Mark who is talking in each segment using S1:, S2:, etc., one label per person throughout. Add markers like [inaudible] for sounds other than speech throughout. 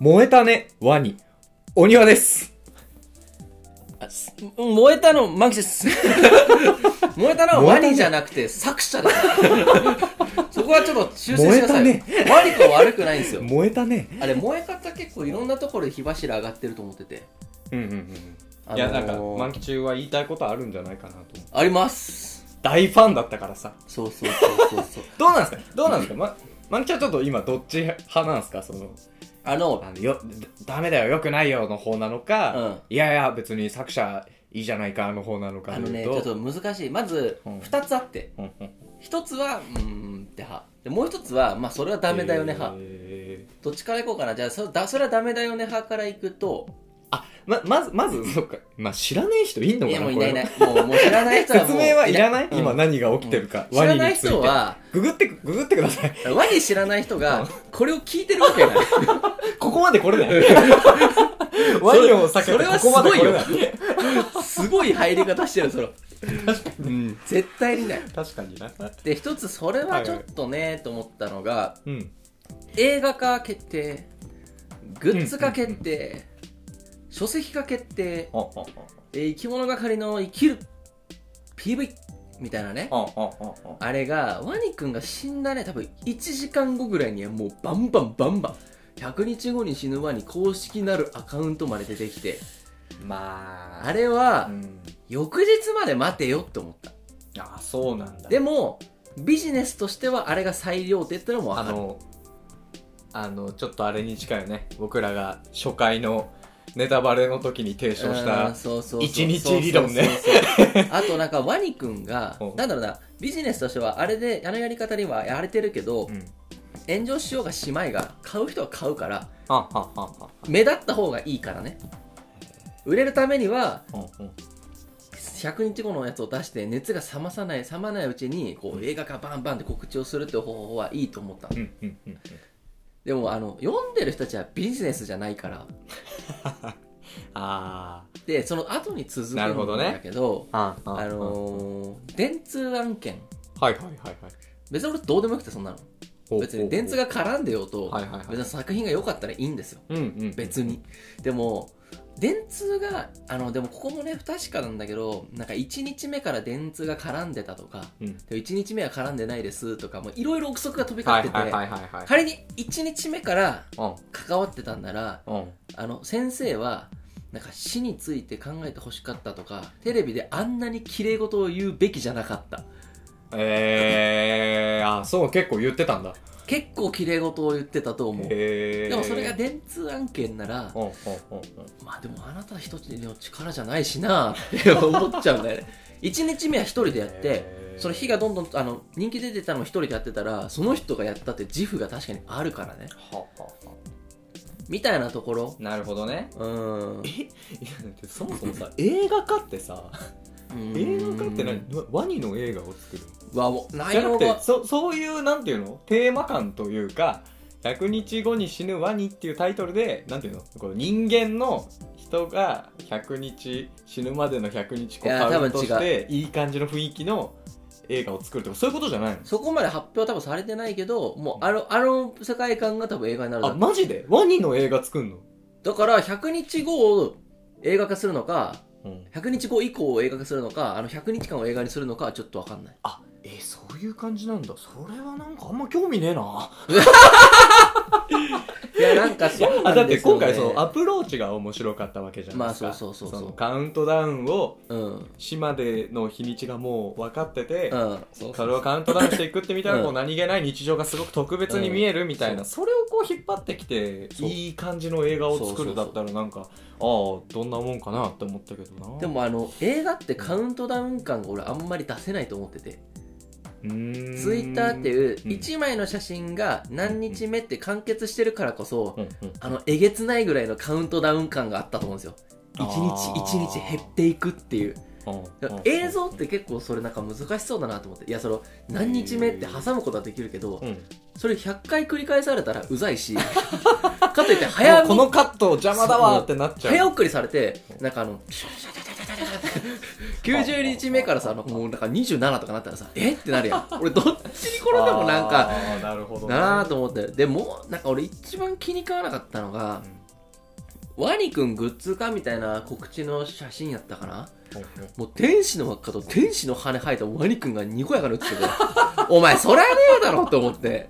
S1: 燃えたね、ワニ。お庭です。
S2: あす燃えたの、マキシです。 [laughs] 燃えたのはワニじゃなくて作者です。 [laughs] そこはちょっと修正してください。
S1: 燃え
S2: ワニとは悪くないんですよ。
S1: 燃えたね。
S2: あれ、燃え方結構いろんなところで火柱上がってると思ってて。
S1: うんうん
S2: あ
S1: うん。
S2: のー
S1: いや、なんか、満期中は言いたいことあるんじゃないかなと思う。
S2: あります。
S1: 大ファンだったからさ。
S2: そうそうそうそうそう。
S1: どうなんですかどうなんですか [laughs] ま、満期中はちょっと今どっち派なんですかその、
S2: あの、
S1: あのよ、ダメだよ、よくないよの方なのか、
S2: うん
S1: いやいや、別に作者いいじゃないかの方なのか
S2: あ
S1: で
S2: のね、
S1: 言
S2: ち
S1: う
S2: ょっと難しい。まず
S1: う、ん
S2: 二つあって。
S1: うんうん
S2: 一つは、うーんって派。でもう一つは、まあ、それはダメだよね派。
S1: え
S2: どっちからいこうかな。じゃあ、そだそれはダメだよね派からいくと、
S1: ーあ、ま、まず、まず、そっか。まあ、知らない人いんの
S2: い
S1: か
S2: や、
S1: な
S2: もうい
S1: こ
S2: な
S1: れ
S2: いいない。もう、もう知らない人はもう。
S1: 説明はいらない
S2: うん
S1: 今何が起きてるか。
S2: 知らない
S1: について
S2: 人は、
S1: ググって、ググってください。
S2: ワニ知らない人が、これを聞いてるわけがない。
S1: ここまで来れない。 [laughs] ワインを避け
S2: そ
S1: て
S2: れは
S1: こ
S2: す
S1: こまで
S2: ごい
S1: 来れ
S2: よ
S1: ない。。
S2: すごい入り方してる、その。うん、絶対にない。
S1: 確かにな。
S2: で、一つ、それはちょっとね、と思ったのが、
S1: うん。
S2: 映画化決定、グッズ化決定、書籍化決定、
S1: あ、あ、
S2: えー生き物係の生きる PV みたいなね。
S1: あ、あ、あ、あ、
S2: あれが、ワニくんが死んだね、多分1時間後ぐらいにはもうバンバンバンバン。100日後に死ぬワニ公式なるアカウントまで出てきて、
S1: まあ、
S2: あれは
S1: うん。
S2: 翌日まで待てよって思った。
S1: あ、そうなんだ。
S2: でも、ビジネスとしてはあれが最良手ってのもわ
S1: あ
S2: かる。
S1: の、あの、ちょっとあれに近いよね。僕らが初回のネタバレの時に提唱し
S2: うん
S1: た。
S2: そうそうそう
S1: 一日理論ね
S2: そうそうそうあとなんかワニくんが
S1: うん
S2: なんだろうなビジネスとしてはあれであのやり方にはやれてるけど
S1: うん。
S2: 炎上しようがしまいが買う人は買うから
S1: あ、あ、あ、あ、
S2: 目立った方がいいからね売れるためには
S1: うん、うん。
S2: 100日後のやつを出して熱が冷まさない冷まないうちにこう映画化バンバンって告知をするって方法はいいと思った
S1: うん、うん、うん。
S2: でもあの読んでる人たちはビジネスじゃないから
S1: あ
S2: でその後に続くん
S1: なるほどね
S2: だけど
S1: あ、あ、
S2: あのー電通案件
S1: はいはいはいはい。
S2: 別に俺どうでもよくてそんなの
S1: ほう
S2: 別に電通が絡んでようと
S1: はいはいはい
S2: 別に作品が良かったらいいんですよ
S1: うんうん、
S2: 別にでも電通があのでもここもね不確かなんだけどなんか1日目から電通が絡んでたとか
S1: うん、
S2: で1日目は絡んでないですとかもういろいろ憶測が飛び
S1: は
S2: 交っ
S1: い
S2: てて、
S1: はいはいはいはい、
S2: 仮に1日目から
S1: う
S2: 関わってたんなら
S1: んうん
S2: あの先生はなんか死について考えてほしかったとかテレビであんなに綺麗事を言うべきじゃなかった
S1: えー、あそう結構言ってたんだ
S2: 結構綺麗事を言ってたと思う
S1: へえ
S2: でもそれが電通案件なら
S1: うんうんうん
S2: まあでもあなた一つの力じゃないしなって思っちゃうんだ
S1: [laughs]
S2: よね1日目は1人でやって
S1: へー
S2: その日がどんどんあの人気出てたのを1人でやってたらその人がやったって自負が確かにあるからね
S1: ははは
S2: みたいなところ
S1: なるほどね
S2: うん
S1: いやだってそもそもさ映画化ってさ映画化って
S2: な
S1: 何ワワニの映画を作る
S2: わもう内
S1: じゃな
S2: 容
S1: くて
S2: が
S1: そそういうなんていうのテーマ感というか100日後に死ぬワニっていうタイトルでなんていうのこう人間の人が100日死ぬまでの100日こう
S2: いや
S1: カウント
S2: 多
S1: し
S2: 分
S1: ていい感じの雰囲気の映画を作るとかそういうことじゃないの
S2: そこまで発表は多分されてないけどもうあのあの世界観が多分映画になるだ
S1: あ
S2: ろう
S1: マジでワニの映画作んの、
S2: だから100日後を映画化するのか
S1: うん、
S2: 100日後以降を映画化するのかあの100日間を映画にするのかはちょっと分かんない
S1: あえーそういう感じなんだそれはなんかあんま興味ねえない
S2: やなん
S1: い
S2: か
S1: や
S2: そう
S1: [laughs] あ
S2: な
S1: だっ
S2: んで
S1: て
S2: すよ、
S1: 今
S2: ね、
S1: 回そのアプローチが面白かったわけじゃないですか、
S2: まあそうそうそうそう
S1: のカウントダウンを
S2: うん
S1: 死までの日にちがもう分かってて、
S2: うんそう
S1: それをカウントダウンしていくってみたら、
S2: うん
S1: こう何気ない日常がすごく特別に見えるみたいな、
S2: うん
S1: それをこう引っ張ってきて
S2: そう
S1: いい感じの映画を作る
S2: そ
S1: だ
S2: う
S1: っ
S2: そう
S1: たらなんかああどんなもんかなって思ったけどな
S2: でもあの映画ってカウントダウン感が俺あんまり出せないと思ってて
S1: うーん
S2: ツイッターっていう
S1: うん
S2: 1枚の写真が何日目って完結してるからこそ、
S1: うんうん
S2: あのえげつないぐらいのカウントダウン感があったと思うんですよ一
S1: あー
S2: 日一日減っていくっていう
S1: うんうん
S2: 映像って結構それなんか難しそうだなと思っていやその何日目って挟むことはできるけど
S1: うん
S2: それ100回繰り返されたらうざいし [laughs] かといって早
S1: もうこ
S2: み
S1: のカット邪魔だわってなっちゃう
S2: 早送りされてなんかあの90日目からさあのもうなんか27とかなったらさえってなるやん俺どっちに頃でもなんか
S1: あーなるほどね
S2: なあと思ってでもうなんか俺一番気に食わなかったのが、ワニくんグッズかみたいな告知の写真やったかなもう天使の輪っかと天使の羽生えたワニくんがにこやかに写
S1: [laughs]
S2: ってくるお前そりゃねえだろと思って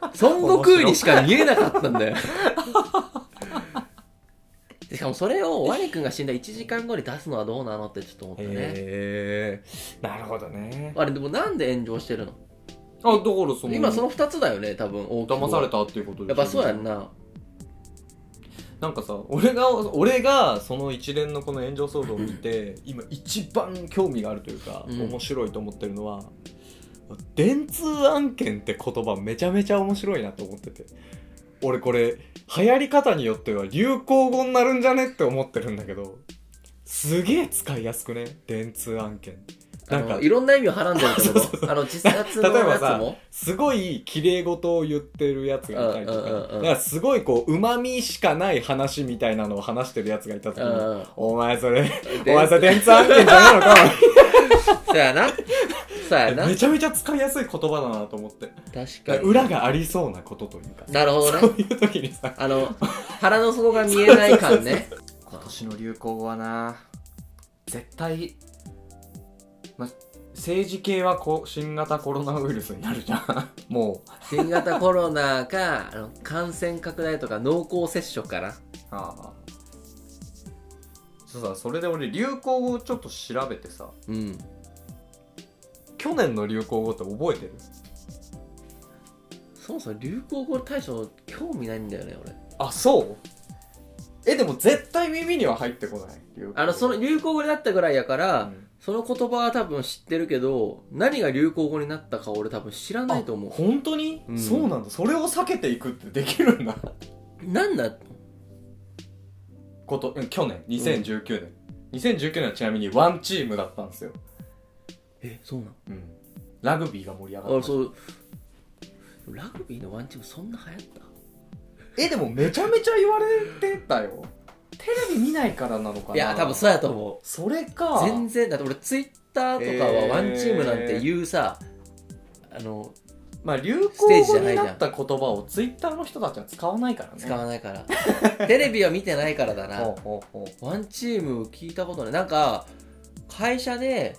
S2: 孫悟空にしか見えなかったん
S1: [laughs]
S2: だよしかもそれをワニくんが死んだ1時間後に出すのはどうなのってちょっと思ったね
S1: へえなるほどね
S2: あれでもなんで炎上してるの
S1: あだからその
S2: 今その2つだよね多分大きくは
S1: 騙されたっていうこと
S2: やっぱそうやんな
S1: なんかさ俺が俺がその一連のこの炎上騒動を見て今一番興味があるというか、
S2: うん
S1: 面白いと思ってるのは電通案件って言葉めちゃめちゃ面白いなと思ってて俺これ流行り方によっては流行語になるんじゃねって思ってるんだけどすげえ使いやすくね電通案件
S2: あ
S1: なんか
S2: のいろんな意味をはらんでるって
S1: [laughs]
S2: ことあの自殺の
S1: 例えば
S2: やつ
S1: さ
S2: も
S1: すごい綺麗事を言ってるやつがいたりとか
S2: うんうんうんうん
S1: だからすごいこううまみしかない話みたいなのを話してるやつがいた時に、
S2: うんうん
S1: お前それ
S2: で
S1: お前それ電通案件じゃないの [laughs] か
S2: そうやなそうやな
S1: めちゃめちゃ使いやすい言葉だなと思って
S2: 確かに
S1: 裏がありそうなことというか
S2: なるほど
S1: そ
S2: ね
S1: ういう時にさ
S2: あの腹の底が見えない感ね
S1: 今年の流行語はな絶対、ま、政治系はこう新型コロナウイルスになるじゃん [laughs] もう
S2: 新型コロナかあの感染拡大とか濃厚接触かな
S1: ああそうさそれで俺流行語をちょっと調べてさ
S2: うん
S1: 去年の流行語って覚えてる
S2: そもそも流行語大賞興味ないんだよね俺
S1: あそうえでも絶対耳には入ってこない流行語
S2: あのその流行語になったぐらいやから、
S1: うん
S2: その言葉は多分知ってるけど何が流行語になったか俺多分知らないと思う
S1: 本当に、
S2: うん
S1: そうなんだそれを避けていくってできるんだ [laughs]
S2: なんだ
S1: ことうん去年2019年、2019年はちなみにワンチームだったんですよ、
S2: えそうなの
S1: うん、ラグビーが盛り上が
S2: あ
S1: った
S2: そうラグビーのワンチームそんな流行った
S1: えでもめちゃめちゃ言われてたよテレビ見ないからなのかない
S2: や多分そうやと思
S1: それ
S2: う
S1: か
S2: 全然だって俺ツイッターとかはワンチームなんて言うさ、あの
S1: まあ、流行
S2: ステージじ
S1: 語
S2: ゃな
S1: に
S2: いじゃん
S1: なった言葉をツイッターの人たちは使わないからね。
S2: 使わないから [laughs] テレビは見てないからだな
S1: ほうほうほう
S2: ワンチーム聞いたことないなんか会社で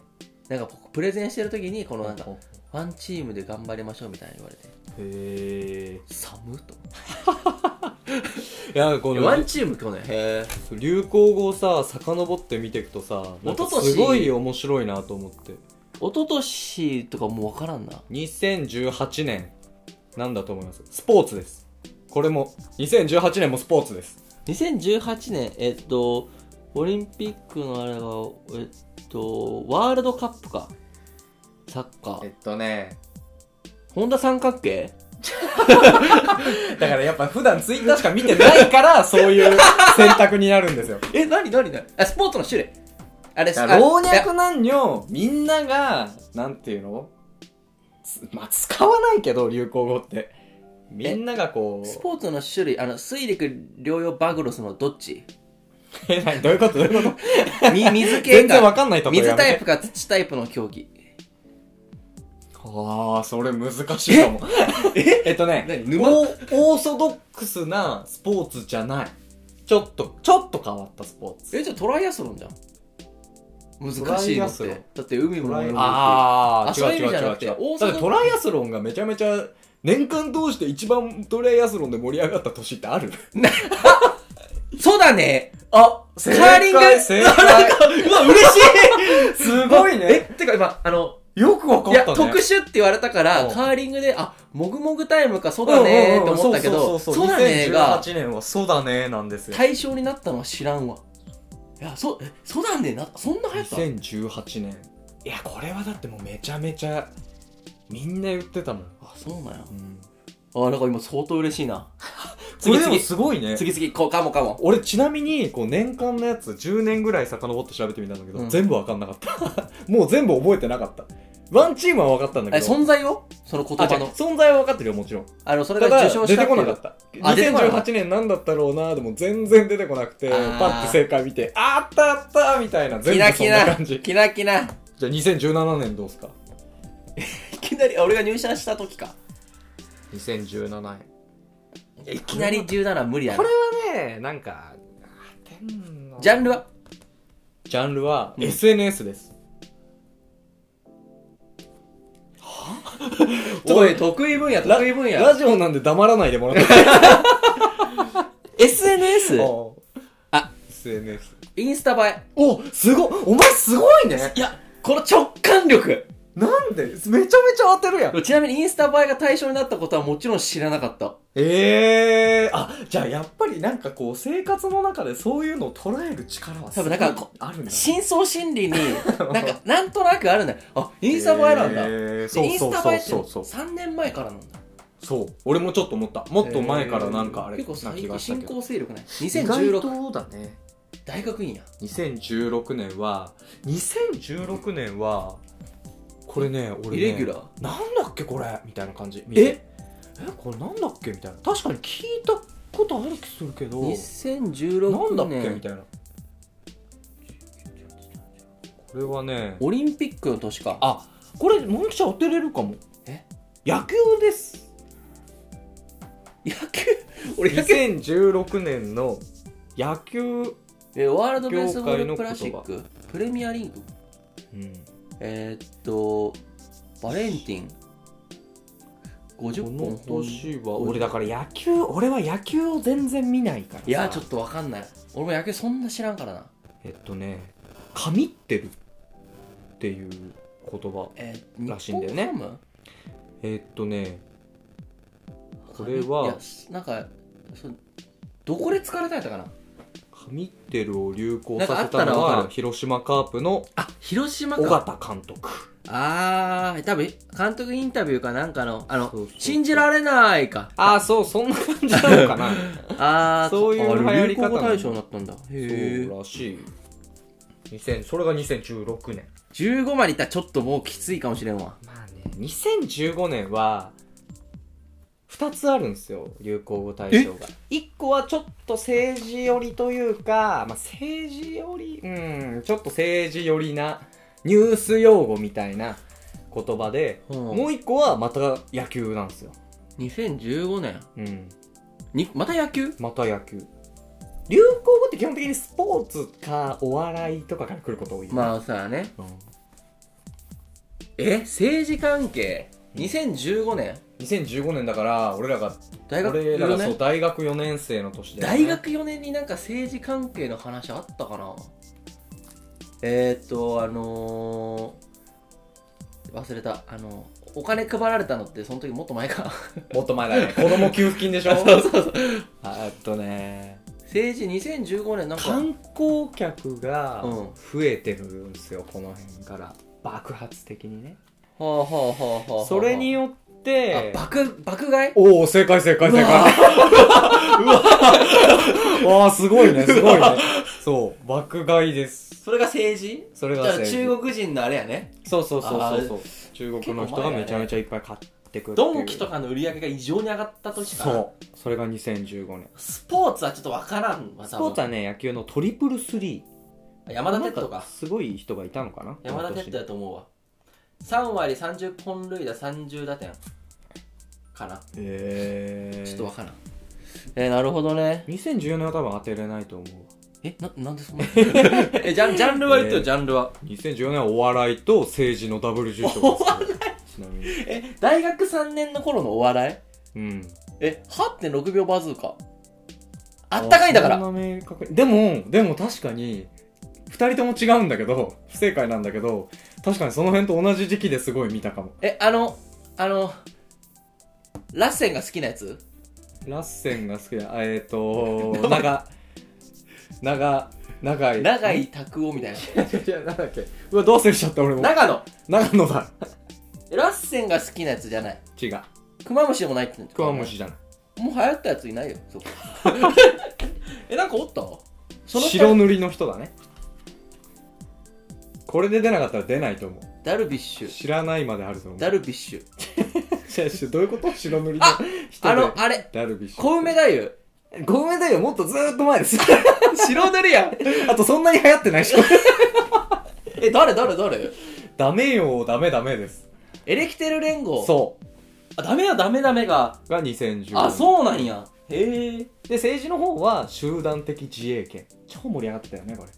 S2: なんかプレゼンしてる時にこのなんか
S1: ほう
S2: ワンチームで頑張りましょうみたいな言われて
S1: へ
S2: 寒っと思って
S1: え。いや、こ
S2: いやワンチーム去年へえ
S1: 流行語をさ、遡って見ていくとさ、なんか
S2: 一昨年
S1: すごい面白いなと思って。
S2: 一昨年とかもう分からんな
S1: 2018年、なんだと思いますスポーツです。これも、2018年もスポーツです。
S2: 2018年、えっと、オリンピックのあれは、えっと、ワールドカップか。サッカー。
S1: っとね、
S2: 本田三角形
S1: だからやっぱ普段ツイッターしか見てない [laughs] から、そういう選択になるんですよ。
S2: え、なになになにあ、スポーツの種類。あれ、
S1: だ
S2: あ
S1: から老
S2: いや
S1: 若男女みんながなんていうのつまあ使わないけど流行語ってみんながこ
S2: ス
S1: う
S2: ポーツの種類、あの、水陸両用バグロスのどっ [laughs] ち
S1: [laughs] え何どういうことどういうこと
S2: み水系
S1: 全然わ
S2: か。
S1: かんない例え
S2: 水
S1: やめて
S2: タイプか土タイプの競技。
S1: ああそれ難しいかもえ [laughs] っとね
S2: 何沼
S1: オーオーソドックスなスポーツじゃないちょっとちょっと変わったスポーツ
S2: え、じゃあトライアスロンじゃん。難しいの
S1: ト
S2: っ
S1: ライアスロ
S2: て
S1: ン。
S2: だって海も泳ぐし
S1: あ
S2: あ
S1: ー
S2: そういう
S1: 違
S2: 意
S1: う
S2: 味じ
S1: 違
S2: ゃ
S1: う
S2: なくて
S1: 違う違
S2: 大
S1: う
S2: 阪
S1: だってトライアスロンがめちゃめちゃ年間通して一番トライアスロンで盛り上がった年ってある
S2: そうだね
S1: あ、
S2: 正解
S1: 正 [laughs] 解
S2: うわ、嬉しい
S1: すごいね。
S2: え、てか今、あの、
S1: よくわか
S2: い
S1: っ
S2: や、
S1: たね。
S2: 特殊って言われたから、
S1: うん
S2: カーリングで、あ、もぐもぐタイムか、そうだねーって思ったけ
S1: う
S2: ど、
S1: んそう
S2: そ
S1: そうう
S2: だねーが、
S1: 2018年はそうだねーなんですよ。
S2: 対象になったのは知らんわ。いや、そう、えそうだねーな、そんな流行った
S1: 2018年。いや、これはだってもうめちゃめちゃ、みんな言ってたもん。
S2: あ、そうなんや。
S1: うん、
S2: あ、なんか今相当嬉しいな。
S1: こ
S2: 次
S1: れでも
S2: 次、
S1: すごいね。
S2: 次次、こう、かもかも。
S1: 俺ちなみに、こう年間のやつ10年ぐらい遡って調べてみたんだけど、
S2: うん
S1: 全部わかんなかった。 [laughs] もう全部覚えてなかった。ワンチームはわかったんだ
S2: え、
S1: けど。
S2: 存在よその言
S1: あ
S2: 葉
S1: 違う
S2: の。
S1: 存在は分かってるよ、もちろん。
S2: あの、それ
S1: た
S2: が
S1: だ
S2: 受賞し
S1: 出
S2: た
S1: て
S2: って
S1: こ
S2: い
S1: な
S2: う
S1: かった
S2: あ出てこなかった
S1: 2018年なんだったろうなでも全然出てこなくて
S2: あー
S1: パッて正解見てあったあったみたいな
S2: キ
S1: 全部
S2: ラ
S1: そ
S2: キ
S1: んな
S2: ラ
S1: 感、じ
S2: キラキラ。
S1: じゃあ2017年どうすか
S2: きなりあ俺が入社した時か
S1: 2017年
S2: いやいきなり17無理や
S1: こ
S2: な
S1: れはねなんか天の
S2: ジャンルは
S1: ジャンルは
S2: うん
S1: SNS です、
S2: おい得意分野得意分野
S1: ラジオなんで黙らないでもらって
S2: SNS あ
S1: SNS
S2: インスタ映
S1: おすごお前すごいね
S2: えいやこの直感力
S1: なんでめちゃめちゃ当てるやん
S2: ちなみにインスタ映えが対象になったことはもちろん知らなかった
S1: ええあじゃあやっぱりなんかこう生活の中でそういうのを捉える力は
S2: 多分なんかこ
S1: あるんだ
S2: 深層心 [laughs] 理になんかなんとなくあるんだよあインスタ映えなんだ、
S1: え
S2: で
S1: ーそう
S2: イン
S1: そ
S2: ス
S1: う
S2: タ
S1: そう
S2: 映えって
S1: そうそう
S2: 3年前からなんだ
S1: そう俺もちょっと思ったもっと前からなんかあれ
S2: 結構
S1: な
S2: 最
S1: 気が
S2: 近
S1: した
S2: 進
S1: けど
S2: 行勢力ない
S1: 意外と
S2: 2016
S1: だね
S2: 大学院や
S1: 2016年は2016年はこれね俺ね
S2: イレギュラー
S1: なんだっけこれみたいな感じ
S2: え
S1: えこれなんだっけみたいな確かに聞いたことある気するけどなんだ
S2: 2016
S1: っけみ
S2: 年
S1: たいなこれはね
S2: オリンピックの年か
S1: あこれモンキちゃん当てれるかも
S2: え
S1: 野球です
S2: 野球俺野球
S1: 2016年の野球、
S2: えワールドベースボールクラシックプレミアリーグえー、っとバレンティン50
S1: こ
S2: 本
S1: の
S2: 本
S1: 年は俺だから野球俺は野球を全然見ないからさ
S2: いやちょっとわかんない俺も野球そんな知らんからな
S1: えっとね「神ってる」っていう言葉
S2: えー、
S1: らしいんだよね
S2: 日本ハム
S1: えっとねこれはい
S2: やなんかそどこで使われたんやったかな
S1: 「神ってる」を流行
S2: なんか
S1: さ
S2: あ
S1: せ
S2: った
S1: た
S2: ら
S1: の
S2: わかる
S1: は広島カープの
S2: あ広島
S1: 尾形監督
S2: あー多分監督インタビューかなんかのあの
S1: そうそうそう
S2: 信じられないか
S1: ああそうそんな感じなのかな
S2: あ
S1: [laughs]
S2: ー
S1: そういう
S2: あ
S1: 流行り方
S2: 流行語大賞になったんだへえ
S1: そうらしい2000それが2016年
S2: 15までいったらちょっともうきついかもしれんわ
S1: まあね2015年は2つあるんですよ流行語大賞が1個はちょっと政治寄りというか、まあ、政治寄りうんちょっと政治寄りなニュース用語みたいな言葉で、
S2: うん
S1: もう1個はまた野球なんですよ、
S2: 2015年
S1: うん、
S2: にまた野球
S1: また野球流行語って基本的にスポーツかお笑いとかから来ること多いよね
S2: まあさあね
S1: うん
S2: え政治関係2015年
S1: 2015年だから俺らが
S2: 大学
S1: 俺ら
S2: 4
S1: がそう
S2: 年
S1: 大学4年生の年で、
S2: 大学4年になんか政治関係の話あったかなえー、っとあのー、忘れたあのお金配られたのってその時もっと前か
S1: もっと前だね子供給付金でし [laughs] ょ
S2: [laughs] そうそうそう
S1: あっとね
S2: 政治2015年なんか
S1: 観光客が
S2: うん
S1: 増えてるんですよこの辺から爆発的にね
S2: はあはあはあはあはあ
S1: それによっ
S2: あ
S1: て
S2: 爆爆買い
S1: おお正解正解正解 [laughs] うわあすごいねすごいねそう爆買いです
S2: それが政治
S1: それ
S2: だ
S1: が
S2: から
S1: 正義
S2: 中国人のあれやね
S1: そうそうそう
S2: あ
S1: そう
S2: ー
S1: そう中国の人がめちゃめちゃいっぱい買ってくるっていう
S2: ドンキとかの売り上げが異常に上がった時か
S1: そうそれが2015年
S2: スポーツはちょっとわからんわ
S1: スポーツはね野球のトリプルスリ
S2: 多分
S1: ー
S2: 山田哲人か
S1: すごい人がいたのかな
S2: 山田哲人だと思うわ3割30本塁打30打点かな
S1: えー、
S2: ちょっとわからんえー、なるほどね
S1: 2014年は多分当てれないと思うわ
S2: えななんでそん [laughs] なえジャンジャンルは言ってよ
S1: えー
S2: ジャンルは
S1: 2014年はお笑いと政治のダブル受賞です
S2: お [laughs]
S1: ちなみに
S2: え大学3年の頃のお笑い
S1: うん
S2: え8.6秒バズーカあったかいんだから
S1: そんな明確にでもでも確かに2人とも違うんだけど不正解なんだけど確かにその辺と同じ時期ですごい見たかも
S2: えあのあのラッセンが好きなやつ
S1: ラッセンが好きだあえっ、ー、と
S2: [laughs]
S1: 長長長 [laughs] い
S2: 永井拓夫みたいな
S1: いや、なんだっけ。うわ、どうせしちゃった俺も。
S2: 長野
S1: 長野だ。
S2: えラッセンが好きなやつじゃない
S1: 違う。
S2: クマムシでもないって言うんです
S1: ク
S2: か
S1: ワムシじゃない。
S2: もう流行ったやついないよそこ [laughs] えなんかおったその二人
S1: 白塗りの人だね。これで出なかったら出ないと思う。
S2: ダルビッシュ
S1: 知らないまであると思う。
S2: ダルビッシュ
S1: 違う違う [laughs] どういうこと白塗りの
S2: あ
S1: 人で。
S2: あのあれ
S1: ダルビッシュ。
S2: 小梅。太夫
S1: 小梅だよ、もっとずーっと前です。
S2: [laughs] 白塗りやん
S1: あとそんなに流行ってないし。
S2: え誰誰誰
S1: ダメよ、ダメダメです。
S2: えエレキテル連合
S1: そ
S2: あダメだダメダメが
S1: うが2010
S2: あそうなんやへえ
S1: で政治の方は集団的自衛権超盛り上がってたよねこれ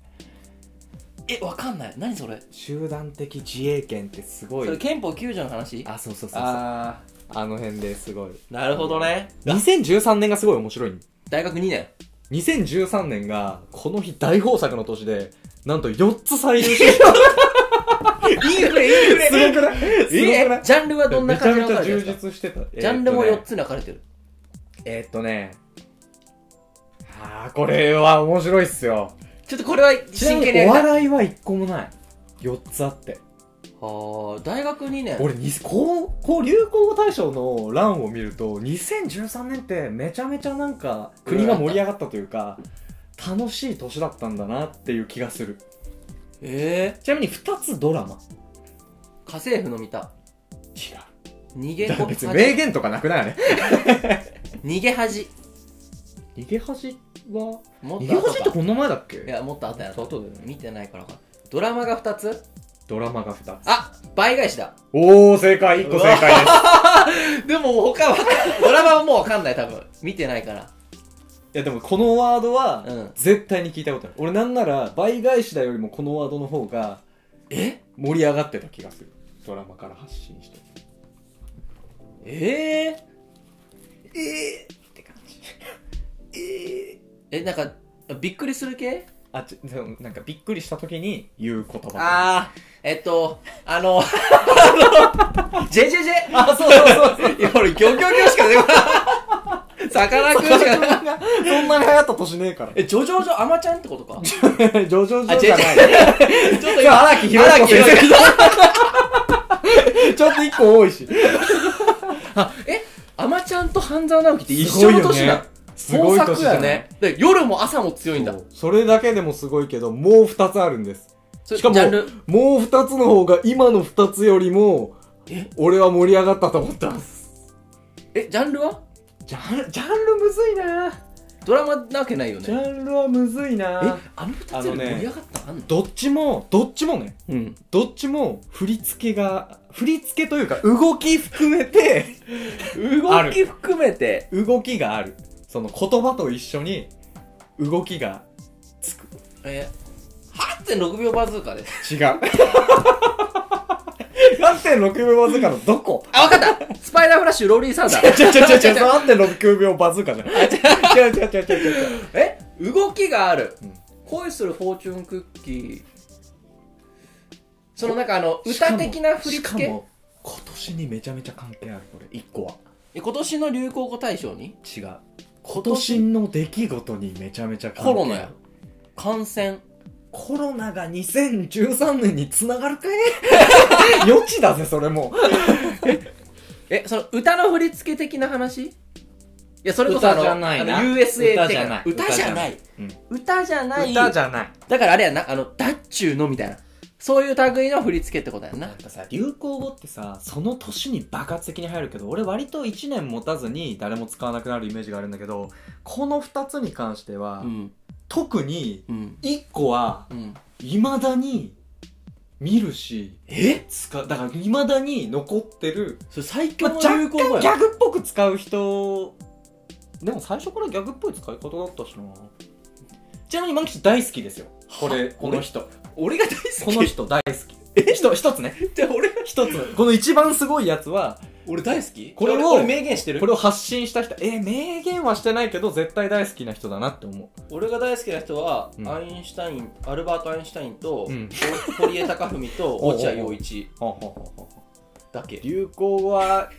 S2: えわかんない何それ
S1: 集団的自衛権ってすごい
S2: それ憲法9条の話
S1: あそうそうそうそうあ
S2: あ
S1: の辺ですごい
S2: ーなるほどね
S1: 2013年がすごい面白い
S2: 大学2年
S1: [laughs] 2013年がこの日大豊作の年でなんと4つ最優
S2: [laughs]
S1: 秀賞
S2: インフレインフレ
S1: すごくないすごくな
S2: え
S1: い
S2: ジャンルはどんな
S1: めちゃめ
S2: 感じ
S1: ち
S2: の分か
S1: ゃ
S2: れてる
S1: 充
S2: んですか
S1: 実してた、
S2: ジャンルも4
S1: 4
S2: つに分かれてる
S1: えーっとねああこれは面白いっすよ
S2: ちょっとこれは
S1: ちな
S2: 真
S1: み
S2: 剣に
S1: にお
S2: やりたい
S1: 笑いは1個もない4つあって
S2: あー大学2年
S1: 俺にこうこう流行語大賞の欄を見ると2013年ってめちゃめちゃなんか国が盛り上がったというか楽しい年だったんだなっていう気がする
S2: え
S1: ちなみに2つドラマ
S2: ー、家政婦の見た
S1: 違う
S2: 逃げ
S1: だから別に
S2: 恥
S1: 名言とかなくないあれ
S2: 逃げ恥
S1: 逃げ恥は
S2: も
S1: 逃
S2: っと
S1: げ
S2: 後
S1: 恥って
S2: か
S1: こんな前だっ
S2: い
S1: け
S2: やもっと後やな
S1: 後だよね
S2: 見てないからかドラマが2つ
S1: ドラマが2つ
S2: あ倍返しだ
S1: おお正解1個正解です
S2: でも他はドラマはもう分かんない多分見てないから
S1: いやでもこのワードは
S2: うん
S1: 絶対に聞いたことある俺なんなら倍返しだよりもこのワードの方が
S2: え
S1: 盛り上がってた気がするドラマから発信して
S2: ええ
S1: えー、って感じえー、
S2: えなんかびっくりする系
S1: あちでもなんかびっくりした時に言う言葉
S2: ああえっとあ [laughs] のあの JJJ
S1: あそうそうそうそう
S2: いや俺ギョギョギョしか出てこ [laughs] ないさかなクンしかない
S1: そんなに流行った年ねえから
S2: えジョジョジョアマちゃんってことか
S1: ジョジョジョ
S2: あ違
S1: じ
S2: う
S1: ゃない
S2: 違う [laughs] ちょっと今
S1: 荒木宏彦先
S2: 荒木宏
S1: 生ちょっと一個多いし
S2: あえアマちゃんと半沢直樹って一
S1: すご
S2: 緒
S1: い
S2: の
S1: よね
S2: 年だ
S1: すごい
S2: 豊
S1: 年
S2: 作
S1: だ
S2: だ
S1: ね
S2: ねで夜も朝も強いんだ
S1: そうそれだけでもすごいけどもう2つあるんです
S2: それ
S1: しかも
S2: ジャンル
S1: もう2つの方が今の2つよりも
S2: え
S1: 俺は盛り上がったと思ったんです
S2: えジャンルは
S1: ジャンジャンルむずいな
S2: ドラマなわけないよ
S1: ジ
S2: ね
S1: ャンルはむずい
S2: え
S1: な
S2: あの2つより盛り上がったのあんの
S1: どっちもどっちもね
S2: うん
S1: どっちも振り付けが、振り付けというか動き含めて、
S2: 動き含めて
S1: 動きがある。その言葉と一緒に動きが
S2: え8.6秒バズーカで
S1: [laughs]
S2: す
S1: 違う。8.6秒バズーカのどこ
S2: あわかったスパイダーフラッシュローリーサンダー
S1: ちょちょちょちょ、3.6秒バズーカじゃん。違う違う違う違う違う。
S2: え動きがある、
S1: うん
S2: 恋するフォーチュンクッキーそのなんかあの歌的な振り付
S1: しか
S2: け
S1: も、今年にめちゃめちゃ関係ある、これ。1個は。
S2: え今年の流行語大賞に
S1: 違う。今年の出来事にめちゃめちゃ関係あ
S2: コ
S1: る。
S2: ロナや感染
S1: コロナが2013年につながる
S2: [laughs]
S1: かい余地だぜ、それもう。
S2: えその歌の振り付け的な話いやそれこそあ
S1: 歌
S2: の
S1: じゃないな
S2: あの USA
S1: 歌
S2: っ
S1: じ
S2: て
S1: ゃない
S2: 歌じゃない
S1: 歌じゃない
S2: 歌じゃない,、
S1: じゃない。
S2: だからあれやなあのダッチューのみたいなそういう類の振り付けってことやん
S1: な
S2: なん
S1: かさ、流行語ってさ、その年に爆発的に流行るけど、俺割と1年持たずに誰も使わなくなるイメージがあるんだけど、この2つに関しては、
S2: うん
S1: 特に
S2: うん
S1: 1個は
S2: うん
S1: 未だに見るし、
S2: え
S1: 使う、だから未だに残ってる、
S2: それ最強
S1: まあ、
S2: の
S1: 若
S2: 流
S1: 干ギ
S2: 行語やん
S1: ャグっぽく使う人、でも最初からギャグっぽい使い方だったしな。ちなみにマキシ大好きですよ。これ、
S2: は
S1: この人。
S2: 俺が大好
S1: こ
S2: き
S1: の人大好き。 [laughs] え一一つね。
S2: で俺が
S1: 一つ。この一番すごいやつは、
S2: 俺大好き
S1: これを
S2: 俺俺明言してる
S1: これを発信した人、えー、名言はしてないけど、絶対大好きな人だなって思
S2: 俺が大好きな人は、
S1: うん
S2: アインシュタインアルバート・アインシュタインと、
S1: うん
S2: 堀江貴文と
S1: おうおう
S2: 落合陽一
S1: う。ははは
S2: だけ
S1: 流行語は、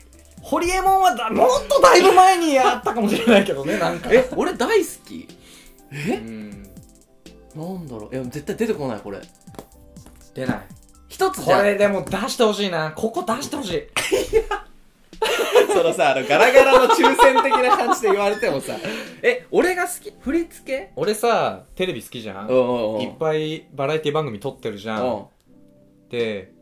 S1: ホリエモンはだもっとだいぶ前にあったかもしれないけどね、なんか。
S2: え俺大好き
S1: う
S2: え
S1: ん。
S2: なんだろういや絶対出てこないこれ
S1: 出ない。
S2: 一つ
S1: こ
S2: じゃん
S1: れでも出してほしいな。ここ出してほしい。
S2: そのさあのガラガラの抽選的な感じで言われてもさえ俺が好き振り付け
S1: 俺さ、テレビ好きじゃん
S2: うんうんうん
S1: いっぱいバラエティ番組撮ってるじゃん。で、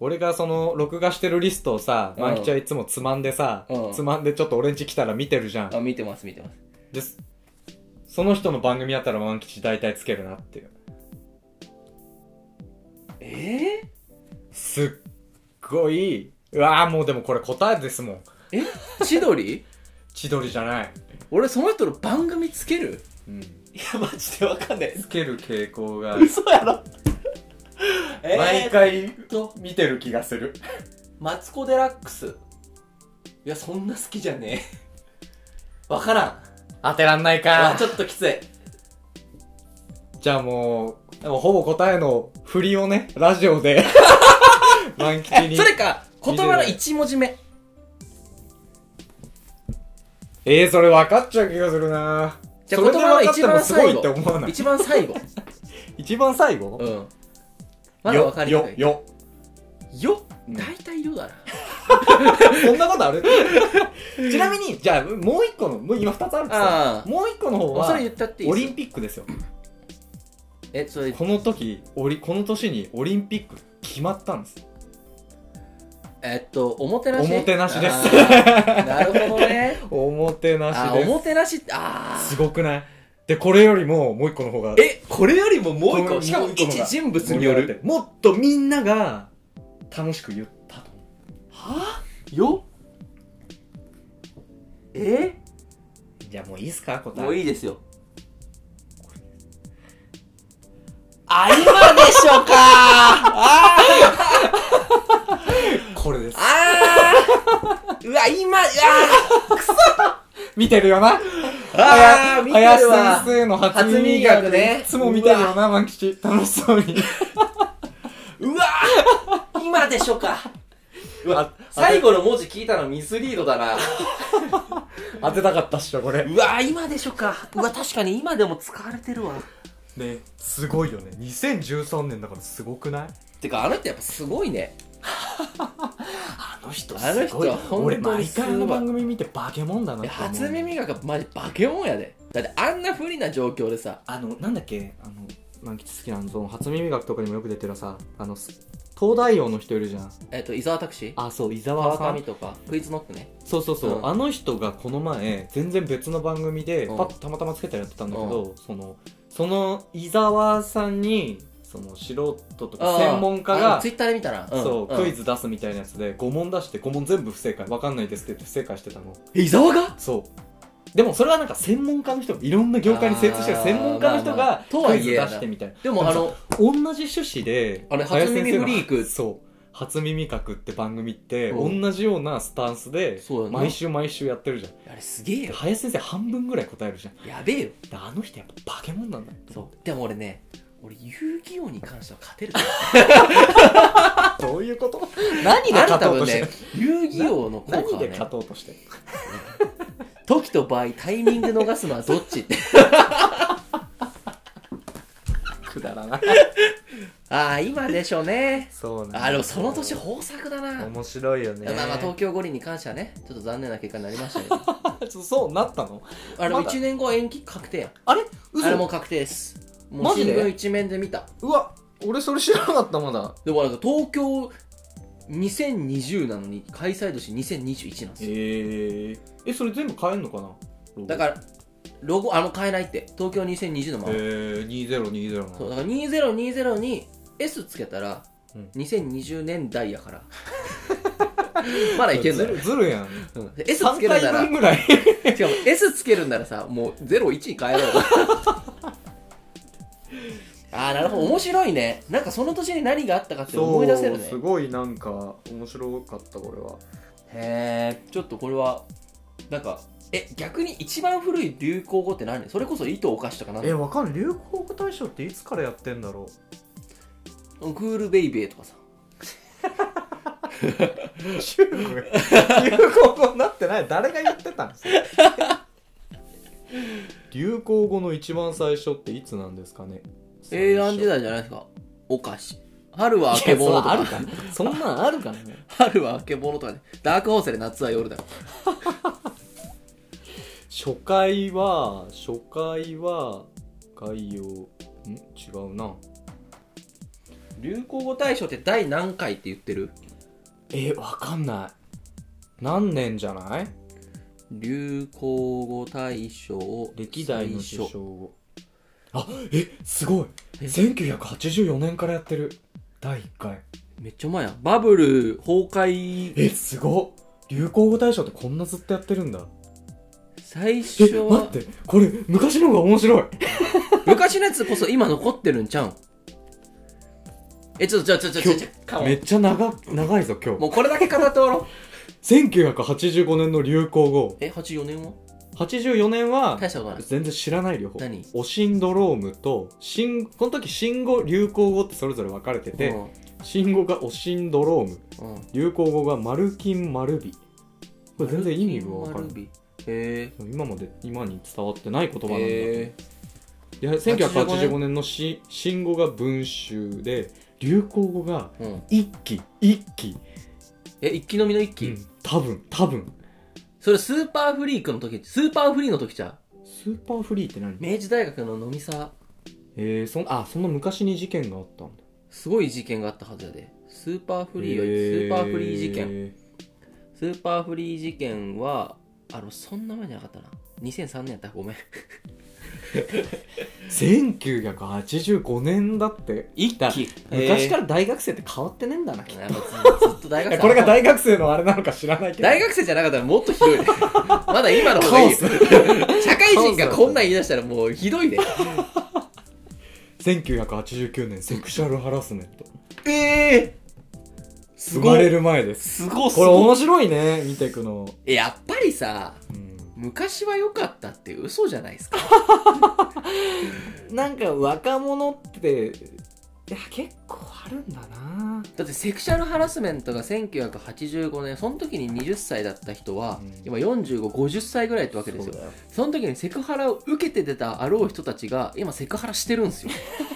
S1: 俺がその、録画してるリストをさ、
S2: うん
S1: マキちゃんいつもつまんでさ
S2: う、ん
S1: つまんでちょっと俺ん家来たら見てるじゃん
S2: うん。あ見てます見てます
S1: です。その人の番組やったら万吉大体つけるなっていう。
S2: え
S1: すっごいうわーもうでもこれ答えですもん
S2: え千鳥
S1: 千鳥じゃない
S2: 俺その人の番組つける
S1: うん
S3: いやマジでわかんないです
S1: つける傾向が
S3: 嘘やろえー、
S1: 毎回
S3: と
S1: 見てる気がする
S3: マツコ・デラックスいやそんな好きじゃね
S2: [laughs]
S3: えわからん
S1: 当てらんないう
S3: わ
S1: か
S3: ちょっときつい
S1: じゃあもうでもほぼ答えの振りをねラジオ
S2: [laughs]
S1: で満吉に
S2: それか言葉の一文字目
S1: えー、それ分かっちゃう気がするな
S2: じゃあ
S1: それ
S2: 言
S1: で
S2: 葉の
S1: 分かっ
S2: 一
S1: ても
S2: 番
S1: すご
S2: 最
S1: いって
S2: 後
S1: 思わない
S2: 一番最後
S1: 一番最後
S2: うんまだわかりに
S1: よ
S2: くいよ
S1: ようん
S2: 大体よだな
S1: そんなことある [laughs] ちなみにじゃあもう一個のもう今二つあるんですよ
S2: あ
S1: もう一個の方
S2: あそれ言
S1: は
S2: ったっていい
S1: オ
S2: です
S1: リ
S2: よ
S1: ンピックですよ
S2: えそれ
S1: この時オリこの年にオリンピック決まったんです
S2: えっとおもてなし
S1: おもてなしです
S2: あ [laughs] ーなるほどね
S1: おもてな
S2: あ
S1: し
S2: ーお
S1: で
S2: もてなしってあ
S1: すす
S2: あ
S1: ごくないでこれよりももう一個の方が
S2: えこれよりももう一
S1: こ
S2: 個
S1: の
S2: しかも
S1: もう一個
S2: 一
S1: のが
S2: 人物による
S1: もっとみんなが楽しく言ったと思
S2: はあよえ
S1: うじゃあもういいっすか答え
S3: もういいですよ
S2: あ今でしょか
S1: これです
S2: あーうわ今あ
S1: 見てるよな
S2: ーあー見て
S1: 林
S2: るわ
S1: 先生の初耳
S2: 初
S1: 学
S2: 耳学ね
S1: いつも見てるよな万吉楽しそうに
S2: うわ
S3: 今でしょか
S1: うわ
S2: 最後の文字聞いたのミスリードだな
S1: [laughs] 当てたかったっしょこれ
S2: うわ
S3: 今でしょかうわ確かに今でも使われてるわ
S1: ねすごいよね2013年だからすごくない
S2: てかあの人やっぱすごいね
S1: あの人
S2: あの人本
S1: 俺
S2: 当に
S1: 毎
S2: すごい
S1: 回あの番組見てバケモンだなって思う
S2: 初耳がマジバケモンやでだってあんな不利な状況でさ
S1: あのなんだっけあの満吉好きなのその初耳学とかにもよく出てるさあのす東大王の人いるじゃん
S2: えっと伊沢拓司
S1: あそう伊沢さ
S2: 川上
S1: ん
S2: とかクイズノックね
S1: そうそうそう、
S2: うん
S1: あの人がこの前全然別の番組でパ
S2: うん
S1: ッとたまたまつけたらやってたんだけど、そのその伊沢さんにその素人とか専門家が
S2: ツイッターで見たら
S1: そう、クイズ出すみたいなやつで5問出して5問全部不正解わかんないですって言って不正解してたの
S2: 伊沢が
S1: そうでもそれはなんか専門家の人いろんな業界に精通してる
S2: あー
S1: 専門家の人
S2: まあま
S1: が
S2: あと
S1: ク
S2: は
S1: イズ
S2: いえ
S1: 出
S2: やな
S1: してみたいな
S2: でもあの
S1: 同じ趣旨で
S2: あれ
S1: 林先生の
S2: 初耳フリーク
S1: そう初耳学って番組って
S2: うん
S1: 同じようなスタンスで
S2: そうやな
S1: 毎週毎週やってるじゃん
S2: あれすげえよ
S1: 林先生半分ぐらい答えるじゃん
S2: やべえよ
S1: であの人やっぱバケモンなんだ
S2: そうでも俺ね俺遊戯王に関しては勝てると思
S1: ど
S2: う
S1: ういうこと [laughs]
S2: 何
S1: が
S2: あれ
S1: 勝とうと
S2: 多分
S1: してる
S2: ね遊戯王の効果
S1: 何
S2: は
S1: で
S2: ね
S1: 勝とうとして
S2: 時と場合タイミング逃すのはどっちって [laughs]
S1: くだらない
S2: ああ今でしょうね
S1: そうなんだ
S2: あーでもその年豊作だな
S1: 面白いよね
S2: まあまあ東京五輪に関してはねちょっと残念な結果になりました
S1: [laughs]
S2: けど
S1: そうそうなったの
S2: あれ
S1: まだ
S2: 1年後延期確定やん
S1: あれ
S2: あれ
S1: 嘘
S2: もう確定ですも
S1: マ
S2: う
S1: ジ
S2: 新
S1: で
S2: 聞一面で見た
S1: うわ俺それ知らなかったまだ
S2: でもなんか東京2020なのに開催年2021なんですよ
S1: えー、えそれ全部変えんのかな
S2: だからロゴあの変えないって東京2020のまま
S1: えー、2020
S2: そう
S1: の
S2: だから2020に S つけたら
S1: うん
S2: 2020年代やから [laughs] まだいけんだ
S1: ず
S2: よ
S1: るずるやん
S2: うんで S つけるな
S1: 3回
S2: ら
S1: 分ぐらい
S2: しかも S つけるんならさもう01に変
S1: [laughs]
S2: えろよああなるほど面白いねなんかその年に何があったかって思い出せるね
S1: すごいなんか面白かったこれは
S2: へえちょっとこれはなんかえ逆に一番古い流行語って何それこそ糸お菓子とかなん
S1: え
S2: だ
S1: わかんない流行語大賞っていつからやってんだろ [laughs]
S2: クールベイベーとかさ
S1: う中国流行語になってない誰が言ってたんですか [laughs] 流行語の一番最初っていつなんですかね
S2: 平安時代じゃないですかお菓子春はあけぼのと
S1: あ
S2: か
S1: るかなそんなんあるかな
S2: 春はあけぼのとかねダークホースで夏は夜だよ
S1: 初回は初回は概要ん違うな
S2: 流行語大賞って第何回って言ってる
S1: えわかんない何年じゃない
S2: 流行語大賞
S1: 歴代の
S2: 最
S1: 首
S2: 初
S1: 相をあえすごい
S2: え
S1: 1984年からやってる第1回
S2: めっちゃ前やんバブル崩壊
S1: えすごっ流行語大賞ってこんなずっとやってるんだ
S2: 最
S1: え
S2: 初は
S1: 待ってこれ昔の方が面白い
S2: 昔のやつこそ今残ってるんちゃうんえちょっとちょっとちょっとちょっとかも
S1: めっちゃ長長いぞ今日
S2: もうこれだけ語っておろう
S1: 1985年の流行語
S2: え84年は
S1: 84年は
S2: 大したことない
S1: 全然知らない両方
S2: 何
S1: オシンドロームと新この時新語流行語ってそれぞれ分かれてて、
S2: うん
S1: 新語がオシンドローム
S2: うん
S1: 流行語がマルキンマルビこれ全然意味が分から
S2: マ
S1: な
S2: ル
S1: い
S2: ビへえ
S1: 今まで今に伝わってない言葉なんだ、
S2: へ
S1: いや1985年のし新語が文集で流行語が
S2: えうん
S1: 一期一期、
S2: え一気飲みの一
S1: う
S2: 気、
S1: ん、多分多分
S2: それスーパーフリークの時スーパーフリーの時じゃう
S1: スーパーフリーって何
S2: 明治大学の飲みさ
S1: えー、そんあそんな昔に事件があったんだ
S2: すごい事件があったはずやでスーパーフリーは、
S1: え
S2: スーパーフリー事件
S1: え
S2: スーパーフリー事件はあのそんな前じゃなかったな2003年やったごめん
S1: ー1985年だって一
S3: 期
S1: 昔から大学生って変わってねえんだな、
S2: やっぱずずっと大
S1: い
S2: 学
S1: や
S2: 生
S1: これが大学生のあれなのか知らないけど
S2: 大学生じゃなかったらもっとひどい [laughs] ねまだ今の方がいいよ
S1: カオ
S2: [laughs] 社会人がこんなん言い出したらもうひどいね
S1: 1989年セクシャルハラスメント
S2: ええす
S1: 生
S2: ご
S1: まれ
S2: い
S1: る前です
S2: すごいす
S1: これ
S2: ご
S1: 面白いね見てくの、
S2: いやっぱりさ
S1: うん
S2: 昔は良かったって嘘じゃないですか
S1: なんか若者っていや結構あるんだな
S2: だってセクシャルハラスメントが1985年その時に20歳だった人は、
S1: うん
S2: 今4550歳ぐらいってわけですよ
S1: そうだよ
S2: その時にセクハラを受けて出たあろう人たちが今セクハラしてるんですよ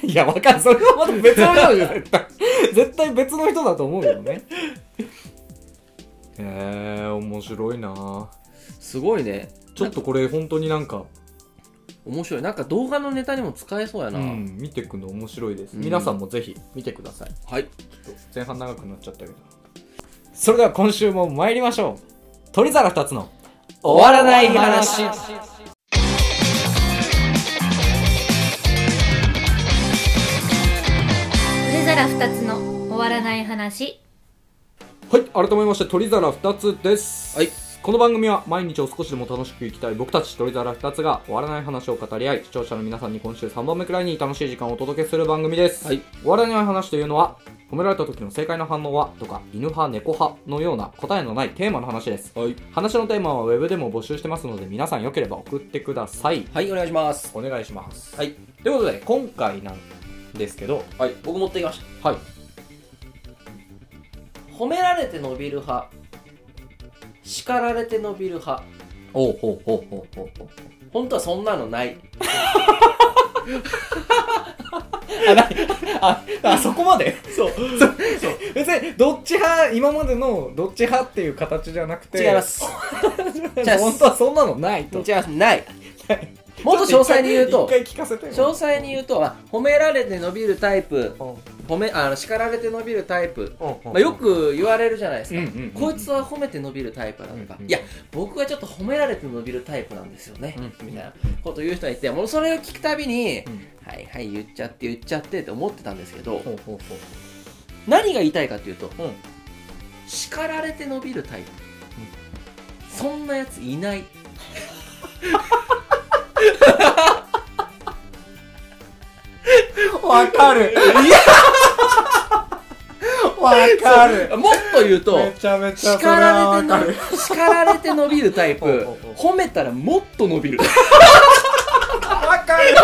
S1: いやわかるそれはまた別の人じゃん絶対 [laughs] 絶対別の人だと思うけどねへえー、面白いな
S2: すごいね
S1: ちょっとこれ本当になんか、
S2: 面白いなんか動画のネタにも使えそうやな、
S1: うん、見てくの面白いです、
S2: うん
S1: 皆さんもぜひ見てください
S2: はい
S1: 前半長くなっちゃったけどそれでは今週も参りましょう鳥皿2つの終わらない話
S4: 取皿二つの終わらない話
S1: はい改めまして鳥皿2つです
S2: はい
S1: この番組は毎日を少しでも楽しく生きたい僕たち鳥皿2つが終わらない話を語り合い視聴者の皆さんに今週3番目くらいに楽しい時間をお届けする番組です、
S2: はい
S1: 終わらない話というのは褒められた時の正解の反応はとか犬派猫派のような答えのないテーマの話です
S2: はい、
S1: 話のテーマはウェブでも募集してますので皆さんよければ送ってください
S2: はい、お願いします
S1: お願いします
S2: はい
S1: ということで今回なんですけど
S2: はい僕持ってきました
S1: はい
S2: 褒められて伸びる派叱られて伸びる派
S1: おうほうほうほうほうほう
S2: 本当はそんなのない
S1: ああそこま
S2: [laughs]
S1: でそうそう別にどっち派今までのどっち派っていう形じゃなくて
S2: 違
S1: [laughs]
S2: います違います
S1: 本当はそんなのないと
S2: 違いますないもっと詳細に言うと
S1: 一回聞かせてよ
S2: 詳細に言うと、まあ、褒められて伸びるタイプ
S1: うん
S2: 褒めあの叱られて伸びるタイプ、
S1: うんうん
S2: まあ、よく言われるじゃないですか、
S1: うんうんうんうん
S2: こいつは褒めて伸びるタイプだとか、
S1: うんうん
S2: いや僕はちょっと褒められて伸びるタイプなんですよね、
S1: うん
S2: みたいなこと言う人がいてもうそれを聞くたびに、
S1: うん
S2: はいはい言っちゃって言っちゃってって思ってたんですけど
S1: ほうほうほう
S2: 何が言いたいかっていうと、
S1: うん
S2: 叱られて伸びるタイプ、そんなやついない
S1: わかるわかる
S2: もっと言うと
S1: めちゃめちゃ
S2: 叱
S1: それは
S2: ら
S1: わ
S2: れて
S1: か
S2: 伸
S1: る
S2: びる叱られて伸びるタイ
S1: [laughs]
S2: プ
S1: ほうほう
S2: 褒めたらもっと伸びる
S1: わか
S2: [laughs]
S1: る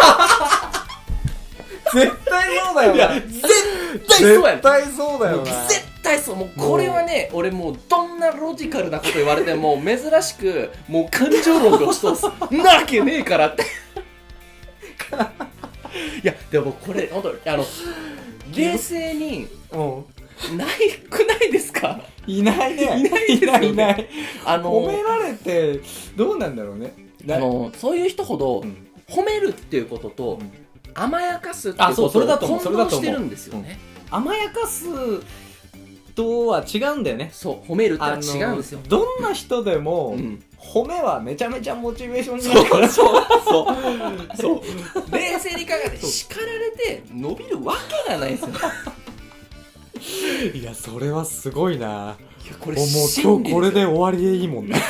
S1: 絶対そうだよな
S2: 絶対そう
S1: 絶
S2: やね
S1: 対そうだよな
S2: 絶対そうもうこれはね俺もうどんなロジカルなこと言われても珍しくもう感情論で押し通す [laughs] なわけねえか
S1: [laughs]
S2: らっていやでもこれ本当にあの冷静に
S1: うん
S2: ないくないで
S1: [laughs]
S2: すか
S1: いないね
S2: いないですよね
S1: いないいない
S2: あの
S1: 褒められてどうなんだろうね
S2: あのそういう人ほど、
S1: うん
S2: 褒めるっていうことと、
S1: うん
S2: 甘やかすっていう
S1: あそ
S2: こ
S1: うそれ
S2: と
S1: だ
S2: を
S1: と思う
S2: 混同し
S1: それだと思う
S2: てるんですよね
S1: 甘やかすとは違うんだよね
S2: そう褒めるっての
S1: あ
S2: は
S1: の
S2: 違うんですよ、
S1: どんな人でも、
S2: うん、
S1: 褒めはめちゃめちゃモチベーションになるから
S2: そうそうそう冷静に考えて叱られて伸びるわけがないですよ
S1: いやそれはすごいない
S5: やこれ
S1: もう
S5: 真
S1: 今
S5: 理
S1: 日これ
S5: す
S1: で
S5: よ
S1: 終わりでいいも [laughs] んね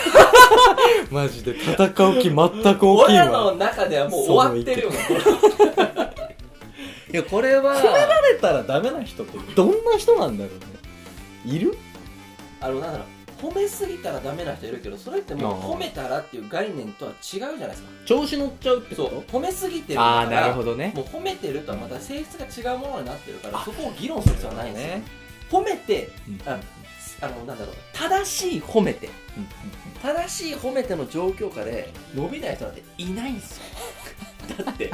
S1: マジで戦う気全く大きい
S2: 俺ら
S1: わ
S2: の中ではもう終わってるよね
S5: いやこれは
S1: れたらダメな人ってどんな人なんだろうねいる
S2: あのなんだろう褒めすぎたらダメな人いるけどそれっても
S1: あ
S2: う
S1: ー
S2: 褒めたらっていう概念とは違うじゃないですか
S5: 調子乗っちゃうって
S2: そう
S5: こ
S2: 褒めすぎてる
S1: あ
S2: か
S1: あなる
S2: ら
S1: ほどね
S2: もう褒めてるとはまた性質が違うものになってるからそこを議論する必要はないんですよ褒めて
S1: うん
S2: ああのなんだろう正しい褒めて正しい褒めての状況下で伸びない人なんていないんですよ [laughs] だって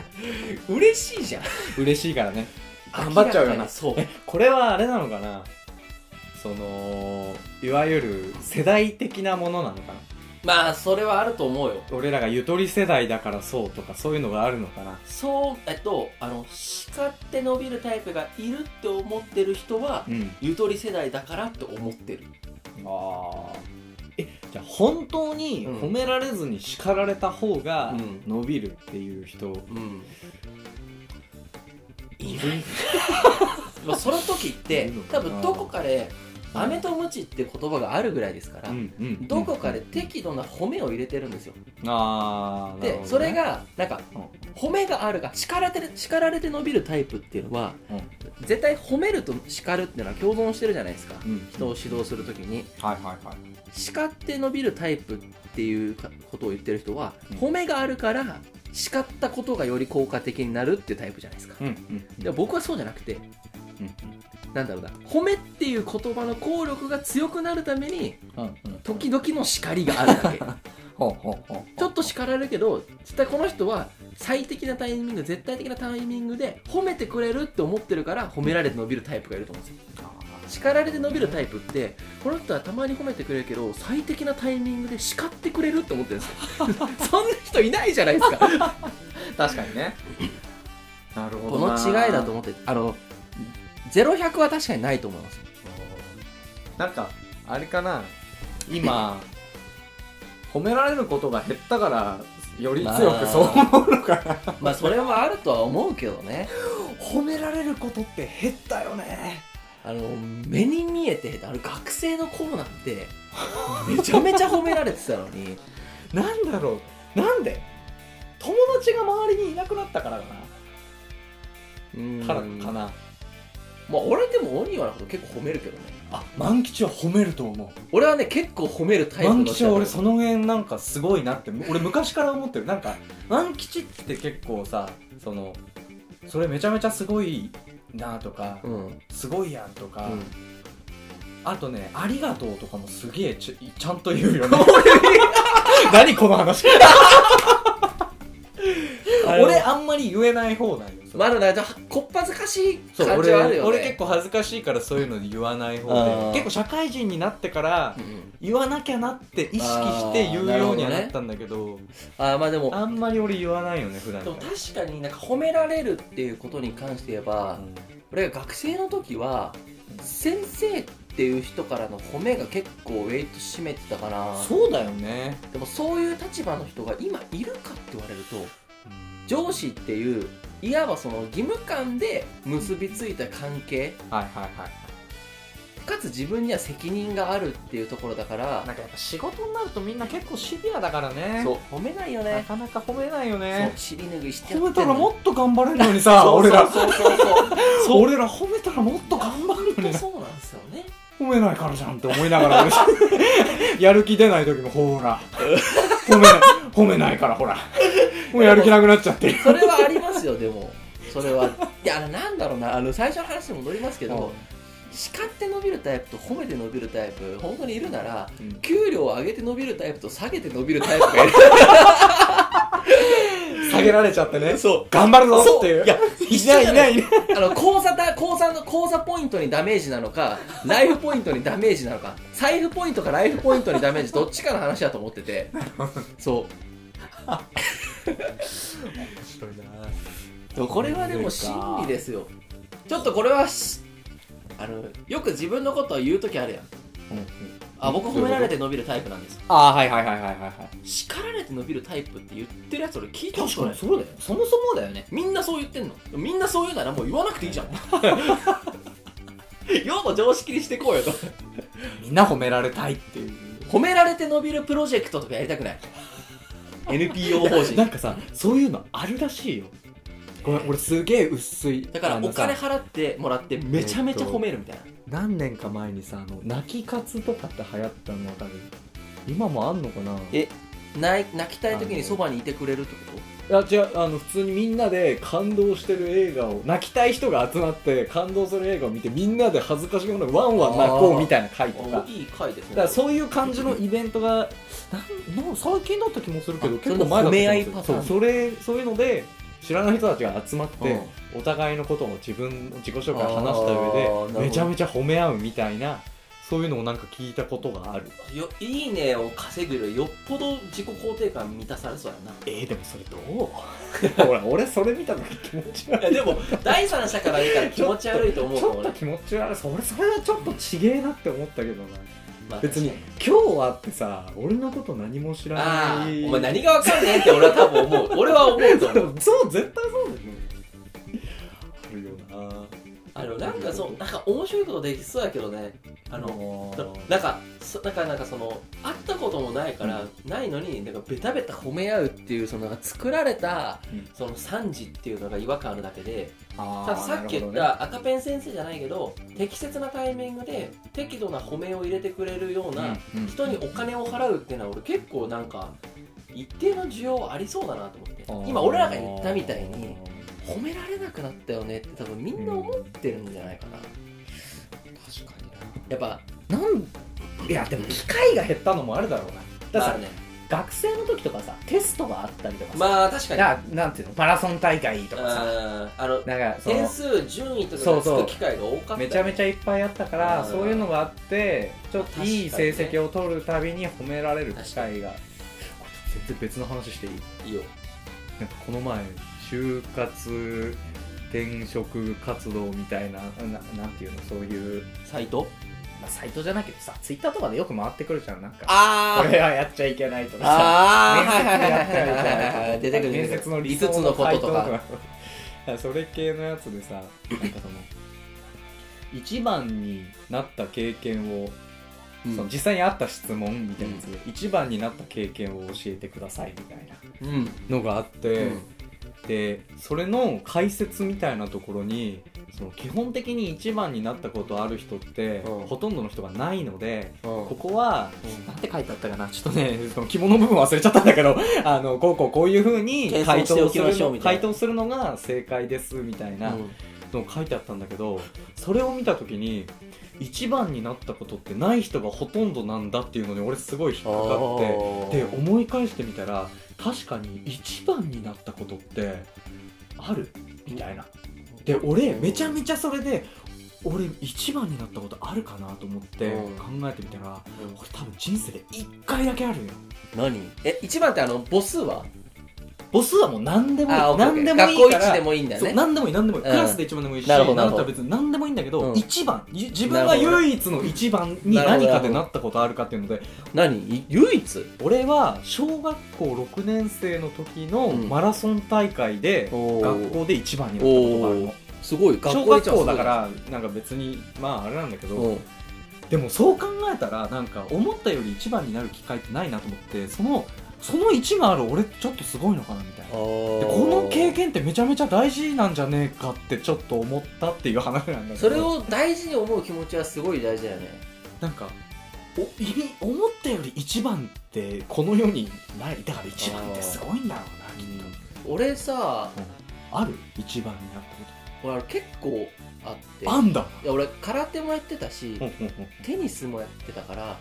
S2: 嬉しいじゃん
S1: 嬉しいからね頑張っちゃうよな
S2: 明らかにそう
S1: これはあれなのかなそのいわゆる世代的なものなのかな
S2: まあそれはあると思うよ
S1: 俺らがゆとり世代だからそうとかそういうのがあるのかな
S2: そうえっとあの叱って伸びるタイプがいるって思ってる人は
S1: うん
S2: ゆとり世代だからって思ってる
S1: ああえじゃあ本当に
S2: うん
S1: 褒められずに叱られた方が
S2: うん
S1: 伸びるっていう人、 [laughs]
S2: うん
S1: いる
S2: まあその時って
S1: いいのか
S2: 多
S1: な
S2: 分どこかで「
S1: うん
S2: 飴とムチ」って言葉があるぐらいですから、
S1: うんうん
S2: どこかで適度な褒めを入れてるんですよ、
S1: ああ、なるほど
S2: で
S1: ね
S2: それがなんか
S1: うん
S2: 褒めがあるが叱られて叱られて伸びるタイプっていうのは、絶対褒めると叱るっていうのは共存してるじゃないですか、
S1: うん
S2: 人を指導する時に
S1: はいはいはい
S2: 叱って伸びるタイプっていうかことを言ってる人は、
S1: うん
S2: 褒めがあるから叱ったことがより効果的になるっていうタイプじゃないですか、
S1: うんうん
S2: でも僕はそうじゃなく
S1: う
S2: て
S1: ん
S2: なんだろうな褒めっていう言葉の効力が強くなるために
S1: うんうん
S2: 時々の叱りがあるだけ
S1: ほうほうほう
S2: ちょっと叱られるけど絶対この人は最適なタイミング絶対的なタイミングで褒めてくれるって思ってるから褒められて伸びるタイプがいると思うんですよ叱られて伸びるタイプってこの人はたまに褒めてくれるけど最適なタイミングで叱ってくれるって思ってるんですよ [laughs] そんな人いないじゃないです [laughs] か
S1: 確かに [laughs] ねなるほ
S2: こ
S1: ど
S2: の
S1: な
S2: 違いだと思ってあの0100は確かにないと思います
S1: なんかあれか [laughs] な今褒められることが減ったからより強くそう思うのかな
S2: まあそれはあるとは思うけどね
S1: 褒められることって減ったよね
S2: あの目に見えてあの学生の頃なんてめちゃめちゃ褒められてたの [laughs] に
S1: なんだろうなんで友達が周りにいなくなったからかなからかな
S2: まあ俺でもオニオのこと結構褒めるけどね
S1: あ万吉は褒めると思
S2: 俺はね結構褒めるタ
S1: う
S2: イプ
S1: 万
S2: の
S1: 吉は俺その辺なんかすごいなって俺昔から思ってるなんか万吉って結構さそのそれめちゃめちゃすごいなとか
S2: うん、うん、
S1: すごいやんとか、あとね「ありがとう」とかもすげえちゃちゃんと言う [laughs] よね何この [laughs] 話俺
S2: 俺
S1: あんまり言えない方なんよそれ
S2: まだなんかこっぱずかしい
S1: そう
S2: 感じ
S1: 俺
S2: はあるよね
S1: 俺結構恥ずかしいからそういうの言わない方
S2: あー
S1: で結構社会人になってから
S2: うん
S1: 言わなきゃなって意識して言うようには
S2: あーなるほどね
S1: なったんだけど
S2: ああまあでも
S1: [laughs] あんまり俺言わないよね普段
S2: で
S1: か
S2: も
S1: ら
S2: 確かになんか褒められるっていうことに関して言えば、俺が学生の時は先生っていう人からの褒めが結構ウェイト占めてたかな
S1: うんそうだよね
S2: でもそういう立場の人が今いるかって言われると上司っていういわばその義務感で結びついた関係
S1: はいはいはい
S2: かつ自分には責任があるっていうところだから
S1: なんかやっぱ仕事になるとみんな結構シビアだからね
S2: そう褒めないよ
S1: な
S2: ね
S1: かなか褒めないよ
S2: そう
S1: ね
S2: 尻拭いしてや
S1: 褒
S2: ってん
S1: めたら
S2: の
S1: もっと頑張れるのにさ
S2: そう
S1: 俺ら
S2: そうそうそう
S1: 俺ら褒めたらもっと頑張
S2: 本
S1: るのに
S2: 当
S1: な
S2: そうなんですよね
S1: 褒めないからじゃんって思いなが
S2: [laughs]
S1: ら俺やる気出ない時もほら褒めない褒めないからほらもうやる気なくなっちゃってる
S2: それはありますよでもそれはいやあのなんだろうなあの最初の話に戻りますけど叱って伸びるタイプと褒めて伸びるタイプ本当にいるなら
S1: うん
S2: 給料を上げて伸びるタイプと下げて伸びるタイプがいる
S1: 下げられちゃってね
S2: そう
S1: 頑張るぞっていう
S2: そうい
S1: い
S2: や
S1: ないい
S2: じゃ
S1: な
S2: ない [laughs]
S1: いない
S2: あの口座だ口座の口座ポイントにダメージなのかライフポイントにダメージなのか財布ポイントかライフポイントにダメージどっちかの話だと思っててそうでもこれはでも真理ですよちょっとこれはしあのよく自分のことを言う時あるやんあ僕褒められて伸びるタイプなんです
S1: ああはいはいはいはいはいはい
S2: 叱られて伸びるタイプって言ってるやつ俺聞いたことない
S1: そうだよそもそもだよね [laughs]
S2: [laughs] みんなそう言ってんのみんなそう言うならもう言わなくていいじゃん世の常識にしてこうよと
S1: みんな褒められたいっていう
S2: 褒められて伸びるプロジェクトとかやりたく [laughs] ない NPO 法人
S1: なんかさそういうのあるらしいよごめん俺すげえ薄い
S2: だから
S1: あ
S2: お
S1: のさ
S2: 金払ってもらってめちゃめちゃ褒めるみたいな、
S1: 何年か前にさあの泣き活とかって流行ったのわかる今もあんのかな
S2: え泣い泣きたい時にそばにいてくれるってこと
S1: いや違うあの普通にみんなで感動してる映画を泣きたい人が集まって感動する映画を見てみんなで恥ずかしがらワンワン泣こうみたいな回とかだ
S2: あいい回ですね
S1: からそういう感じのイベントがなんなん最近だった気もするけど
S2: あ
S1: 結構前だった気もする
S2: それの褒め合いパターン
S1: そうそれそういうので知らない人たちが集まっ
S2: う
S1: て
S2: ん
S1: お互いのことを自分の自己紹介を話した
S2: あーなるほ
S1: 上
S2: ど
S1: でめちゃめちゃ褒め合うみたいなそういうのをなんか聞いたことがある
S2: よいいねを稼ぐよりよっぽど自己肯定感満たされそうやな
S1: えー、でもそれどう [laughs] ほら俺それ見た時気持ち悪い
S2: いやでも第三者から見たら気持ち悪いと [laughs] 思う
S1: ち
S2: の
S1: ょっ
S2: 俺
S1: と気持ち悪いそれそれはちょっとちげえなって思ったけどな
S2: まあ
S1: 別に今日はってさ俺のこと何も知ら
S2: ああ
S1: ない
S2: お前何がわかんねえって俺は多分思う俺は思うと
S1: で
S2: 思う
S1: もそう絶対そうだよねあるよな
S2: あの [laughs] なんかそうなんか面白いことできそうやけどねあの
S1: の
S2: なんかそなんかなんかその会ったこともないから、ないのになんかベタベタ褒め合うっていうそのなんか作られた、
S1: うん
S2: その惨事っていうのが違和感あるだけで
S1: あ
S2: たださっき言った赤ペン先生じゃないけど適切なタイミングで適度な褒めを入れてくれるような人にお金を払うっていうのは俺結構なんか一定の需要ありそうだなと思って今俺らが言ったみたいに褒められなくなったよねって多分みんな思ってるんじゃないかな、
S1: 確か
S2: やっぱ
S1: にななんいやでも機会が減ったのもあるだろうなだから
S2: ま
S1: さ
S2: あ、ね
S1: 学生の時とかさテストがあったりとかさ、
S2: まあ確かに
S1: ななんていうのマラソン大会とかさ
S2: あーあの
S1: なんかそ
S2: 点
S1: の
S2: 数順位とか
S1: そ
S2: が
S1: うそう
S2: つく機会が多かった
S1: めちゃめちゃいっぱいあったから
S2: あー
S1: そういうのがあってちょっといい
S2: 確かに
S1: 成
S2: ね
S1: 績を取るたびに褒められる機会がこれ全然別の話していい
S2: いいよ
S1: なんかこの前就活転職活動みたいなななんていうのそういう、
S2: サイト
S1: まあ、サイトじゃないけどさツイッターとかでよく回ってくるじゃんなんか
S2: あ
S1: これはやっちゃいけないとかさ
S2: あ
S1: 面
S2: あはいはいは
S1: 接
S2: い
S1: やってるみたいな
S2: はいはいはい出てくる
S1: 面接の理
S2: 5
S1: 想
S2: つのことと
S1: 回
S2: か
S1: 答 [laughs] それ系のやつでさなんかその一番になった経験を、
S2: うん
S1: その実際にあった質問みたいなやつで、一番になった経験を教えてくださいみたいな
S2: うん
S1: のがあって、
S2: うん
S1: でそれの解説みたいなところにその基本的に一番になったことある人って、
S2: うん
S1: ほとんどの人がないので、こ
S2: こ
S1: こはなんて書いてあったかなちょっとね、 [laughs] その肝の部分忘れちゃったんだけど、 [laughs] あの、こうこうこういう風に
S2: 謙遜
S1: 回
S2: して
S1: 答
S2: お
S1: す
S2: きま
S1: る
S2: しょう
S1: の、
S2: みたい
S1: 回
S2: な
S1: 答するのが正解ですみたいな
S2: うん
S1: の書いてあったんだけど、それを見たときに、一番になったことってない人がほとんどなんだっていうのに俺すごい引っかかって、で、
S2: あー
S1: 思い返してみたら、確かに一番になったことってあるみたいな。で、俺、めちゃめちゃそれで、俺一番になったことあるかなと思って
S2: うん
S1: 考えてみたら、
S2: うん
S1: これ多分人生で1回だけあるよ
S2: 何え一番ってあの母数は
S1: 母数はもう何でもいい
S2: あーオッケーオッケ
S1: 何
S2: ー
S1: でもいいか
S2: 学校一
S1: ら
S2: でもいいんだよ
S1: そう
S2: ね
S1: 何でもいい何でもいい、
S2: うん
S1: クラスで一番でもいいし
S2: なるほど
S1: なんだったら別に何でもいいんだけど、
S2: うん
S1: 一番ゆ自分
S2: な
S1: が
S2: るほど
S1: 唯一の一番に
S2: なるほど
S1: 何かでなったことあるかっていうので
S2: 何い唯一
S1: 俺は小学校6年生の時の
S2: うん
S1: マラソン大会で、
S2: おー
S1: 学校で一番になったことがある
S2: お
S1: の
S2: ーすごい
S1: 小
S2: 一
S1: 学
S2: 番すご
S1: 校
S2: い
S1: だからなんか別にまああれなんだけど、
S2: うん
S1: でもそう考えたらなんか思ったより一番になる機会ってないなと思ってそのその1がある俺ちょっとすごいのかなみたいなで
S2: あー
S1: この経験ってめちゃめちゃ大事なんじゃねえかってちょっと思ったっていう話なんだけど
S2: それを大事に思う気持ちはすごい大事だよね
S1: なんかお意味思ったより一番ってこの世にないだから一番ってすごいんだろうなきっと、
S2: 俺さ
S1: ある一番になったこ
S2: 俺結構あって
S1: とあんだ
S2: いや俺空手もやってたし、テニスもやってたから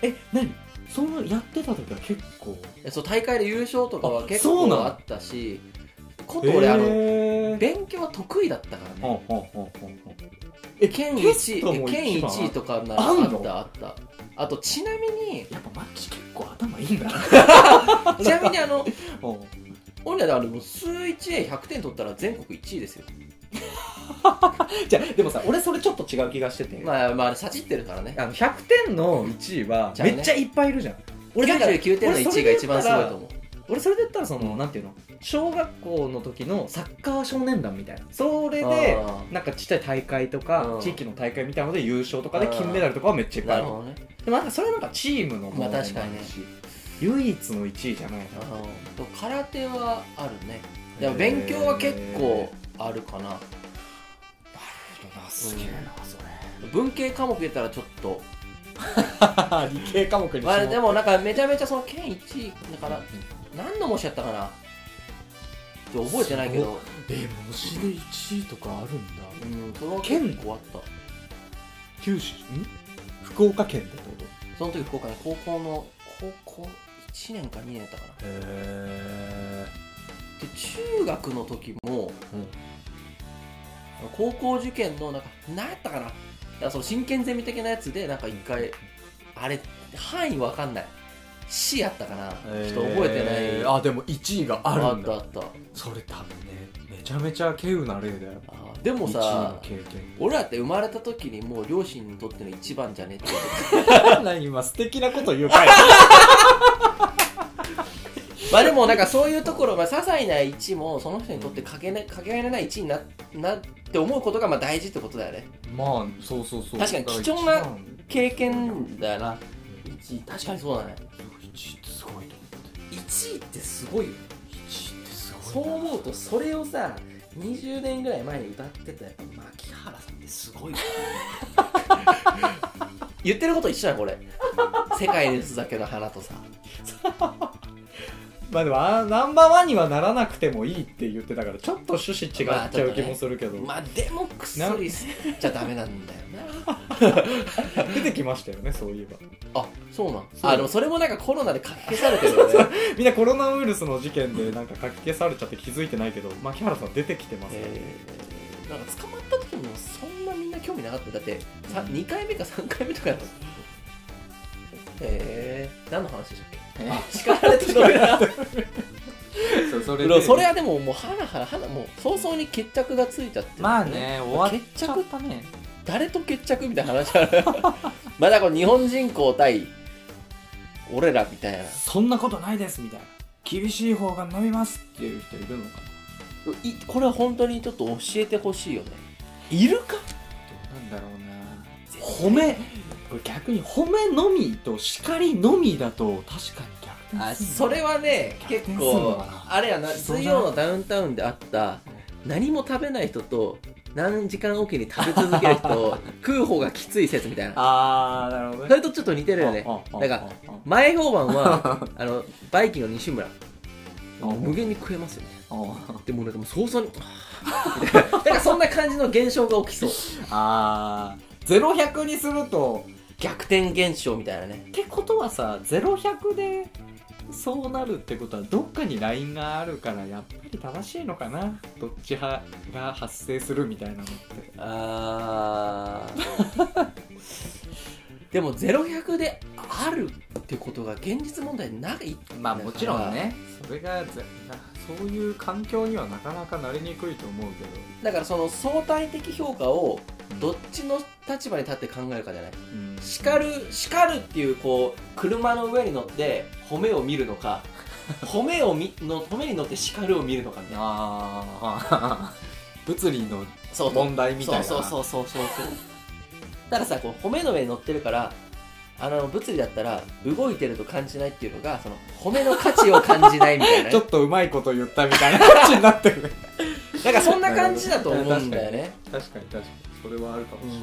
S1: え何そのやってた時は結構
S2: いやそう大会で優勝とかは
S1: あ
S2: 結
S1: そう
S2: 構
S1: なの
S2: あったしこと俺あの
S1: へー
S2: 勉強は得意だったからね
S1: え
S2: 県
S1: テスト
S2: 1
S1: も
S2: 位
S1: 一
S2: 県
S1: 番
S2: 1位とかな
S1: あん
S2: あ
S1: の
S2: ったあったあとちなみ
S1: [laughs]
S2: に
S1: やっぱマッチ結構頭いいん [laughs] だな
S2: ちなみにあのオンラインであの数1 100点取ったら全国1位ですよ
S1: じゃあでもさ俺それちょっと違う気がしてて、
S2: まあまあさちってるからね
S1: あの100点の1位は
S2: じゃあ
S1: め
S2: ね
S1: っちゃいっぱいいるじゃん、俺だから
S2: 99点の1位が一番すごいと思う
S1: 俺それで言ったらその、なんていうの小学校の時のサッカー少年団みたいなそれで
S2: あ
S1: なんかちっちゃい大会とか
S2: うん
S1: 地域の大会みたいなので優勝とかで金メダルとかはめっちゃい
S2: ー
S1: っぱい
S2: な
S1: あ
S2: る
S1: る
S2: ほどね
S1: でもなんかそれはなんかチームのもの
S2: まあ確かにね
S1: もあるし唯一の1位じゃないな
S2: あのと空手はあるねでも勉強は結構あるかな
S1: なすげえなそれ
S2: 文系科目入れたらちょっと
S1: 理系科目に
S2: まあでもなんかめちゃめちゃその県1位だから何の模試やったかなちょっと覚えてないけど
S1: え模試で1位とかあるんだ
S2: うんその結構あった
S1: 九州ん福岡県でってこと
S2: その時福岡に高校の高校1年か2年やったかな
S1: へえ
S2: で中学の時も、
S1: うん
S2: 高校受験のなんか何やったかなだからその真剣ゼミ的なやつでなんか一回、あれ範囲わかんない C やったかな、ちょっと覚えてない
S1: あでも1位があ
S2: あ
S1: るん
S2: ったあ
S1: だ
S2: った
S1: それ多分ねめちゃめちゃ稀有な例だよ
S2: あーでも
S1: 1
S2: さ
S1: 位の経験
S2: 俺らって生まれた時にもう両親にとっての一番じゃねっていう [laughs]
S1: 何今素敵なこと言うかい
S2: まあでもなんかそういうところ、まあ、些細な1もその人にとってかけ,、ね、かけがえのない1にななって思うことがまあ大事ってことだよね
S1: まあそうそうそう
S2: 確かに貴重な経験だよな1確かにそうだね
S1: 1位ってすごいと思って
S3: 1位ってすごいよね
S1: 1位ってす
S3: そ
S1: ごいうな
S3: 思うとそれをさ20年ぐらい前に歌ってたやっぱ牧原さんってす
S2: [laughs]
S3: ごいよね
S2: 言ってること一緒やこれ世界で打つだけの花とさ
S1: まあでもあナンバーワンにはならなくてもいいって言ってたからちょっと趣旨違っち
S2: ま
S1: ゃ
S2: あちょっ
S1: う
S2: と
S1: 気
S2: ね
S1: もするけど、
S2: まあでも薬吸っちゃダメなんだよな
S1: 出てきましたよねそういえば
S2: あそうなん
S1: そう
S2: あでもそれもなんかコロナでかき消されてるよね
S1: みんなコロナウイルスの事件でなんか書き消されちゃって気づいてないけど牧原さん出てきてますね、
S2: えーなんか捕まった時もそんなみんな興味なかっただってさ2回目か3回目とかやったへえ何の話でしたっけあ叱られてる
S1: [laughs] そうそ
S2: でもそれはでももうハラハラハラもう早々に決着がついちゃってる
S1: まあね終わっち
S2: 決
S1: ゃ
S2: 着
S1: ったね
S2: 誰と決着みたいな話ある [laughs] まだこの日本人公対俺らみたいな
S1: そんなことないですみたいな厳しい方が伸びますっていう人いるのかない
S2: これは本当にちょっと教えてほしいよね
S1: いるかどうなんだろうな褒めこれ逆に褒めのみと叱りのみだと確かに逆転
S2: それ
S1: は
S2: はね結
S1: 逆転すんの
S2: 構
S1: かな
S2: あれやな
S1: そうだ
S2: 水曜のダウンタウンであった何も食べない人と何時間おきに食べ続ける [laughs] 人食う方がきつい説みたいな
S1: ああなるほど
S2: そ
S1: ね
S2: れとちょっと似てるよね
S1: ああ
S2: なんか前評判 [laughs] はあのバイキングの西村
S1: あ
S2: 無限に食えますよね
S1: ああ
S2: でもなんかもう早々にみ [laughs] たいななんかそんな感じの現象が起きそう
S1: あーゼロ百にすると
S2: [laughs] 逆転現象みたいなね
S1: ってことはさゼロ百でそうなるってことはどっかにラインがあるからやっぱり正しいのかなどっち派が発生するみたいなのって
S2: あー [laughs] でも0100であるってことが現実問題ない
S1: まあ
S2: だから
S1: もちろんねそれがぜなそういう環境にはなかなかなりにくいと思うけど
S2: だからその相対的評価をど
S1: っ
S2: っちの立場に立って考えるかじゃない
S1: うん
S2: 叱る叱るっていうこう車の上に乗って褒めを見るの
S1: [laughs]
S2: か褒めをみの褒めに乗って叱るを見るのかみたいな
S1: あー物理の
S2: そう
S1: 問題みたいな
S2: そうそうそうそうそうたださこう褒めの上に乗ってるからあの物理だったら動いてると感じないっていうのがその褒めの価値を感じないみたいな
S1: [laughs] ちょっとうまいこと言ったみたいな感じになってるね
S2: なんかそんな感じだと思うんだよね
S1: 確かに確かにそれはあるかもしれない、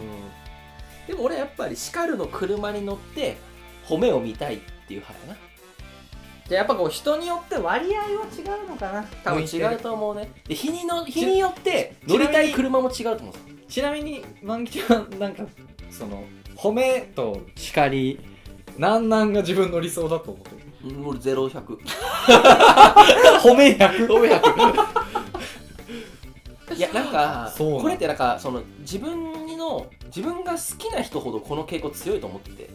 S2: でも俺やっぱり叱るの車に乗って褒めを見たいっていう派やな
S1: じゃあやっぱこう人によって割合は違うのかな
S2: 多分違うと思うねで日にの日によって乗りたい車も違うと思う
S1: ちなみに万吉はなんかその褒めと
S2: 叱り
S1: なんなんが自分の理想だと思ってる
S2: 俺0100
S1: 褒め役
S2: ごめんな [laughs] さいいやなんか
S1: そうなん
S2: これってなんかその自分の自分が好きな人ほどこの傾向強いと思ってて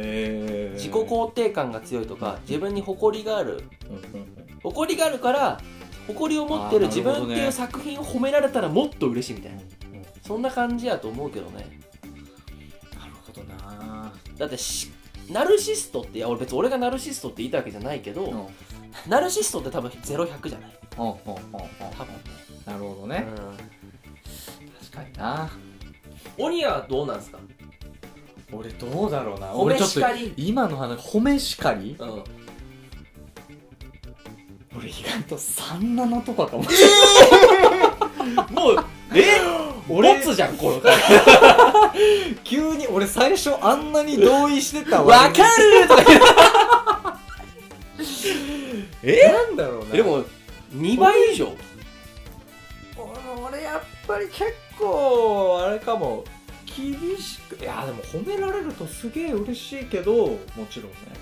S1: えー、
S2: 自己肯定感が強いとか自分に誇りがある
S1: うんうん
S2: 誇りがあるから誇りを持ってる
S1: あー
S2: 自
S1: なるほどね
S2: 分っていう作品を褒められたらもっと嬉しいみたいな
S1: うんうん
S2: そんな感じやと思うけどね
S1: なるほどな
S2: だってしナルシストっていや俺別に俺がナルシストって言いたいわけじゃないけど、
S1: うん
S2: ナルシストって多分0100じゃない
S1: うんうんうんうん
S2: 多分ね
S1: なるほど
S2: う
S1: ね
S2: ん
S1: 確かにな
S2: オニアはどうなんですか
S1: 俺どうだろうな
S2: 褒
S1: 俺
S2: め
S1: ちょっと
S2: しかり
S1: 今の話褒めしかり [laughs]
S2: うん
S1: 俺意外と37とかかも
S2: もうえ
S1: 俺
S2: ボツじゃんこの
S1: [laughs] 急に俺最初あんなに同意してた
S2: わかるとか言っ
S1: [laughs] えなんだろうな
S2: て [laughs] でも2倍以上
S1: 俺俺やっぱり結構あれかも厳しくいやでも褒められるとすげえ嬉しいけどもちろんね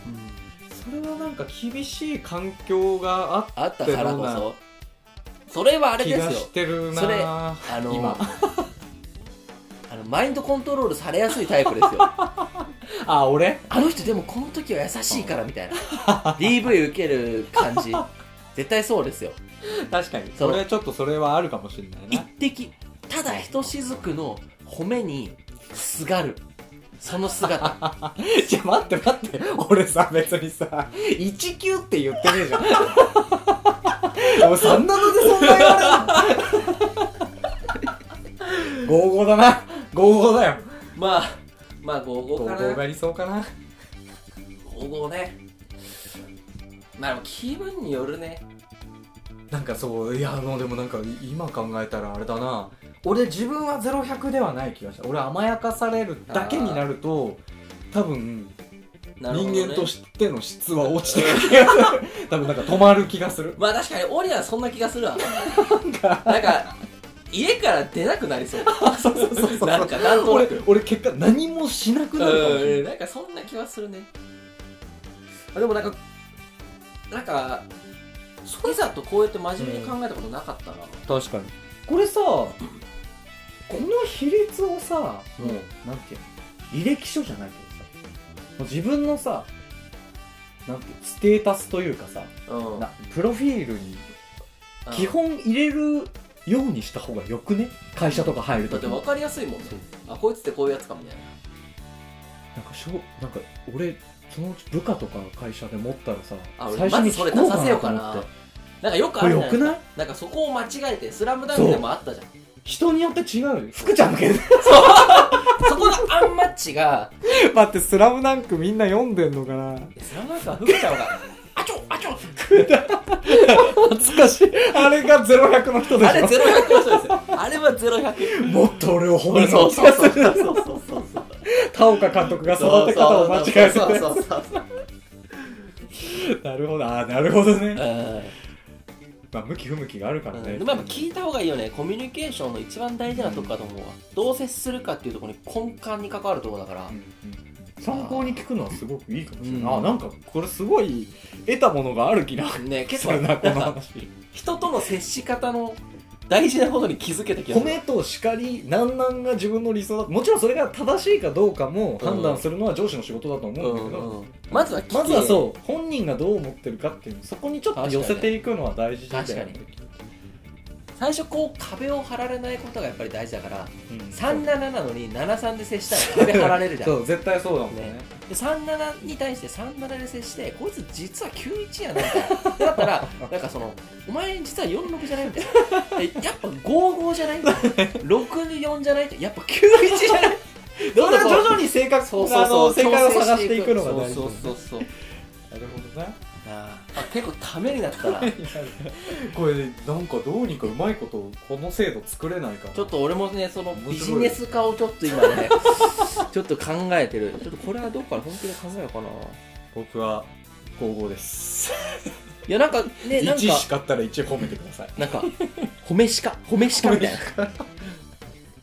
S1: それはなんか厳しい環境があっ
S2: あったからこ
S1: でも
S2: そそれはあ
S1: た気
S2: れです
S1: がし
S2: よ
S1: てるな
S2: それ
S1: あ
S2: あの
S1: 今
S2: あのマインドコントロールされやすいタイプです
S1: [laughs]
S2: よ
S1: あ俺
S2: あの人でもこの時は優しいからみたいな DV 受ける感じ絶対そうですよ
S1: 確かに
S2: その
S1: 俺ちょっとそれはあるかもしれない
S2: 一
S1: な
S2: 滴ただひとしずくの褒めにすがるその
S1: [laughs]
S2: 姿
S1: じゃ待って待って俺さ別にさ19って言ってね [laughs] えじゃん俺37でそんな言わ [laughs] れる55だな55だよ
S2: まあまあ55か
S1: 55
S2: な
S1: が理想かな [laughs]
S2: 55ねまあでも気分によるね
S1: なんかそういやもうでもなんか今考えたらあれだな俺自分は0100ではない気がした俺甘やかされるだけになると多分
S2: なるほどね
S1: 人間としての質は落ちてくる気がする [laughs] 多分なんか止まる気がする
S2: まあ確かにオリはそんな気がするわ
S1: なんか
S2: なんか家から出なくな [laughs] りそう
S1: そうそうそうそう
S2: なんかなんとな
S1: 俺
S2: く
S1: 俺結果何もしなくなるかもしれない
S2: うんなんかそんな気はするねあでもなんかなんかいざとこうやって真面目に考えたことなかったな、
S1: 確かにこれさこの比率をさもうなんていうの履歴書じゃないけどさもう自分のさなんていうステータスというかさ
S2: うん
S1: なプロフィールに基本入れるようにした方がよくね会社とか入る
S2: だ
S1: と
S2: っ
S1: き
S2: て分
S1: に
S2: かりやすいもんねあこいつってこういうやつかみたいな
S1: なんかしょなんか俺そのうち部下とか会社で持ったらさ
S2: あ
S1: 最
S2: 俺
S1: 初
S2: ま
S1: に
S2: ずそ
S1: 聞
S2: れ
S1: こ
S2: 出
S1: う
S2: さ
S1: か
S2: せよ
S1: な
S2: う
S1: と
S2: か
S1: 思っ
S2: な
S1: て
S2: なんかよくあ
S1: こ
S2: る
S1: れ
S2: じゃ
S1: よ
S2: な
S1: く
S2: いですか
S1: ない
S2: なんかそこを間違えて「スラムダンクでもあったじゃん
S1: 人によって違うよ福ちゃんだけど
S2: そこのアンマッチが
S1: 待って「スラムダンクみんな読んでんのか
S2: [laughs]
S1: な
S2: 「いやスラムダンクは福ちゃん [laughs] が「あちょあちょ」
S1: 懐かしいあれが0100の人で
S2: あれ
S1: し
S2: ゼロ百の人ですよあれはゼロ百
S1: ょもっと俺を褒め
S2: そ
S1: ろ
S2: うそうそうそうそうそうそう
S1: 田岡監督が育て方を間違えて
S2: そうそうそうそう
S1: てなるほどあーなるほどね
S2: うん
S1: まあ向き不向きがあるからね
S2: でもやっぱ聞いた方がいいよねコミュニケーションの一番大事なとこだと思うわどう接するかっていうところに根幹に関わるところだから
S1: うんうん参考に聞くのはすごくいいかもしれない、
S2: うん
S1: あなんかこれすごい得たものがある気な
S2: ね結
S1: す
S2: 構
S1: る
S2: な
S1: なんこの
S2: か
S1: 話
S2: 人との接し方の大事なことに気づけた気がする
S1: 米と叱りなんなんが自分の理想だもちろんそれが正しいかどうかも判断するのは上司の仕事だと思うんだけど、
S2: うんうんまずは聞け
S1: まずはそう本人がどう思ってるかっていうそこにちょっと寄せていくのは大事だよね
S2: 確か最初こう壁を張られないことがやっぱり大事だから
S1: うん
S2: 37なのに73で接したら壁張られるじゃん
S1: そう絶対そうだもんね
S2: ねで37に対して37で接してこいつ実は91やなみたいなだっ
S1: [laughs]
S2: たらなんかそのお前実は46じゃないみたいなでやっぱ55じゃないみたいな64じゃないやっぱ91じゃない
S1: [laughs] それは徐々に性格
S2: そうそうそう
S1: あの正解を探していくのが大事
S2: そうそうそうそう
S1: なるほどな
S2: あーあ結構ためになったら
S1: [laughs] これなんかどうにかうまいことこの制度作れないか
S2: ちょっと俺もねその
S1: 面白い
S2: ビジネス化をちょっと今ねちょっと考えてるちょっとこれはどっから本気で考えようかな
S1: 僕は高校です
S2: いやなんかねなんか
S1: 1叱ったら1褒めてください
S2: なんか、褒めしか、褒めしかみたいな。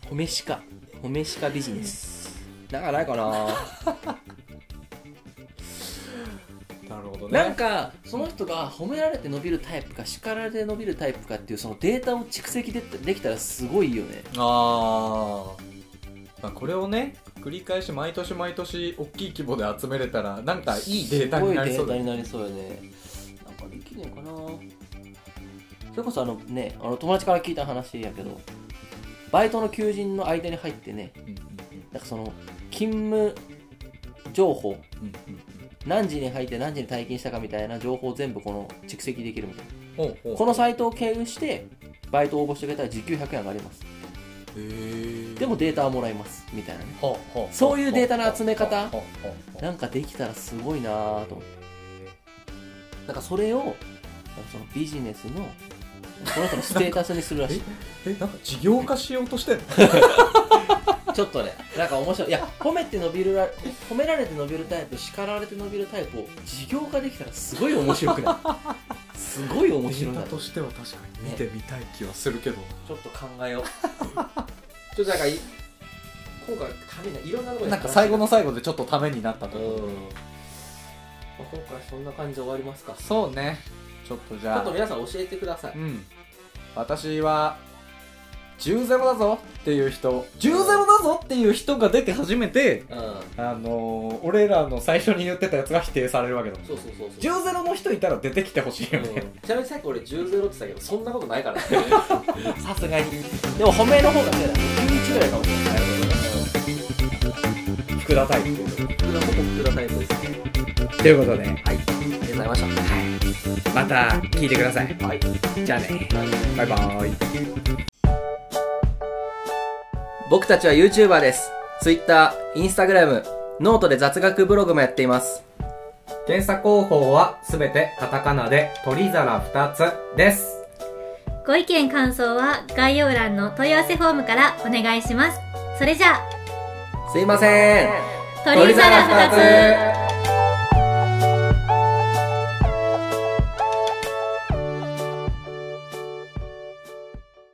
S2: 褒めしか、褒めしかビジネス。なんかないかな。
S1: [laughs] なるほど
S2: [laughs] なんか、その人が褒められて伸びるタイプか、叱られて伸びるタイプかっていう、そのデータを蓄積でできたらすごいよね。
S1: あーまあこれをね繰り返し毎年毎年大きい規模で集めれたらなんかいいデータになりそ
S2: す
S1: う
S2: ご
S1: だ
S2: い
S1: ね
S2: データになりそうよね。なんかできねえかな。それこそあのね、あの友達から聞いた話やけど、バイトの求人の間に入ってね、
S1: うんうん
S2: なんかその、勤務情報
S1: うんうんうん
S2: 何時に入って何時に退勤したかみたいな情報を全部この蓄積できるみたい
S1: ほうほ
S2: なこのサイトを経由してバイト応募してくれたら時給100円上がります
S1: うへえ
S2: でもデータはもらいますみたいなね
S1: はあはあ
S2: そういうデータの集め方
S1: はあはあはあ
S2: なんかできたらすごいなぁと思ってなんかそれをなんかそのビジネスのこの人のステータスにする [laughs] らしい
S1: えなんか事業化しようとしてんの
S2: ちょっとねなんか面白いいや褒めて伸びるら褒められて伸びるタイプ叱られて伸びるタイプを事業化できたらすごい面白く [laughs] ないすごい面
S1: デ
S2: 白い
S1: ー
S2: な
S1: タ
S2: と
S1: としては確かに見てみたい気はするけど、
S2: ちょっと考えようちょっとなんかい今回ためにないろんなところ
S1: なんか最後の最後でちょっとためになったと
S2: うん、
S1: 思う、
S2: まあ、今回そんな感じで終わりますかち
S1: そうねちょっとじ
S2: ょ
S1: ゃあ
S2: っと皆さん教えてください
S1: うん私は10ゼロだぞっていう人10ゼロだぞっていう人が出て初めて
S2: うん
S1: あのー、俺らの最初に言ってたやつが否定されるわけだもん
S2: そうそうそうそう
S1: 10ゼロの人いたら出てきてほしいよね、
S2: ちなみにさっき俺10ゼロって言ったけどそんなことないからね [laughs] さすがにでも褒めの方がね11ぐらいかもしれない
S1: 福田対っていう
S2: それはほぼ福田タイプですあり
S1: ということで
S2: がとうございました
S1: また聞いてください
S2: はい
S1: じゃあねバイバーイ
S2: 僕たちは YouTuber です。Twitter、Instagram、ノートで雑学ブログもやっています。
S1: 検査方法はすべてカタカナで鳥皿2つです
S4: ご意見感想は概要欄の問い合わせフォームからお願いしますそれじゃあ
S2: すいません。
S4: 鳥皿2つ